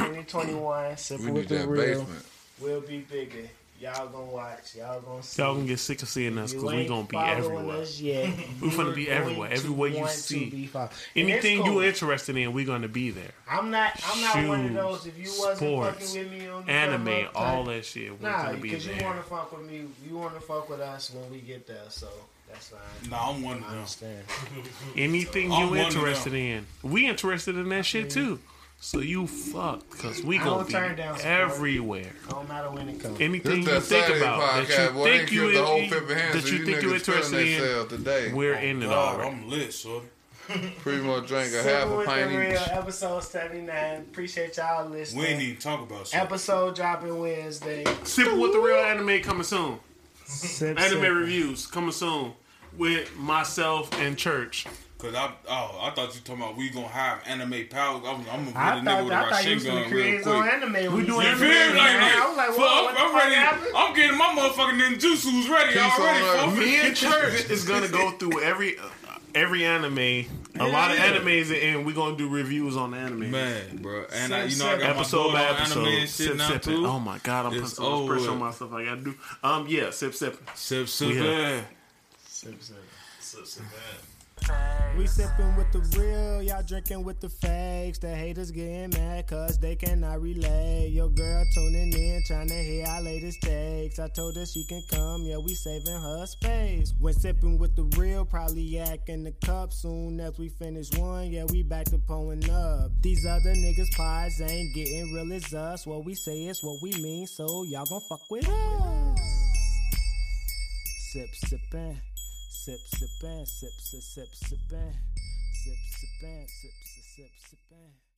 2021, We sipping need with the that real. basement. We'll be bigger. Y'all gonna watch. Y'all gonna see. Y'all gonna get sick of seeing us You because we ain't gonna be following everywhere. us yet. We You're finna be going everywhere. to Everywhere you want to see. be followed. And it's Anything cool. you're interested in, we're gonna be there. I'm not. I'm not one of Shoes, those. If you wasn't sports, fucking with me on the Anime, summer, all that shit, we're Nah, gonna be because you there. want to fuck with me. You want to fuck with us when we get there. So that's fine. Nah, I'm one of I them. understand. Anything I'm you're one of them. interested in, we interested in that shit too. So you fuck, cause we I gonna don't be turn down support. everywhere. Don't matter when it comes. Anything This you that think Saturday about that podcast, you boy, they think killed you the whole in, Pippa Hands, that you think niggas you're feeling interested in, Oh, themselves today. we're in it God, already. I'm lit, so Pretty much drank a Sipping half a with pint the real each. episode seventy nine. Appreciate y'all listening. We ain't even talk about shit. episode dropping Wednesday. Sipping with the real anime coming soon. Sip, Anime sip. reviews coming soon with myself and Church. Cause I oh I thought you talking about we gonna have anime powers. I'm, I'm I gonna hit a nigga thought, with I my thought you was shit gun gonna create real his own quick. anime. when We you doing said You anime feel that. me? Like, I was like, fuck, whoa, what the I'm fuck ready. happened? I'm getting my motherfucking ninjutsus ready Peace already. on earth. fuck. Me and Church is gonna go through every uh, every anime. A lot of yeah. animes, and we're gonna do reviews on the anime. Man, bro, and I, you Sip, know I sip. got episode my by daughter on episode. anime and shit sip, now sip, too. Oh my god, I'm putting It's so much pressure on over. myself. I gotta do. Um, yeah, sip, sip. Sip, sip, We yeah. We sipping with the real, y'all drinking with the fakes. The haters getting mad cause they cannot relate. Your girl tuning in, trying to hear our latest takes. I told her she can come, yeah, we saving her space. When sipping with the real, probably yak in the cup. Soon as we finish one, yeah, we back to pulling up. These other niggas' pies ain't getting real as us. What we say is what we mean, so y'all gon' fuck with us. Sip, sipping. Sip, sippin', sip, sip, sip, sippin'. Sip, sippin', sip, sip, sip, sippin'.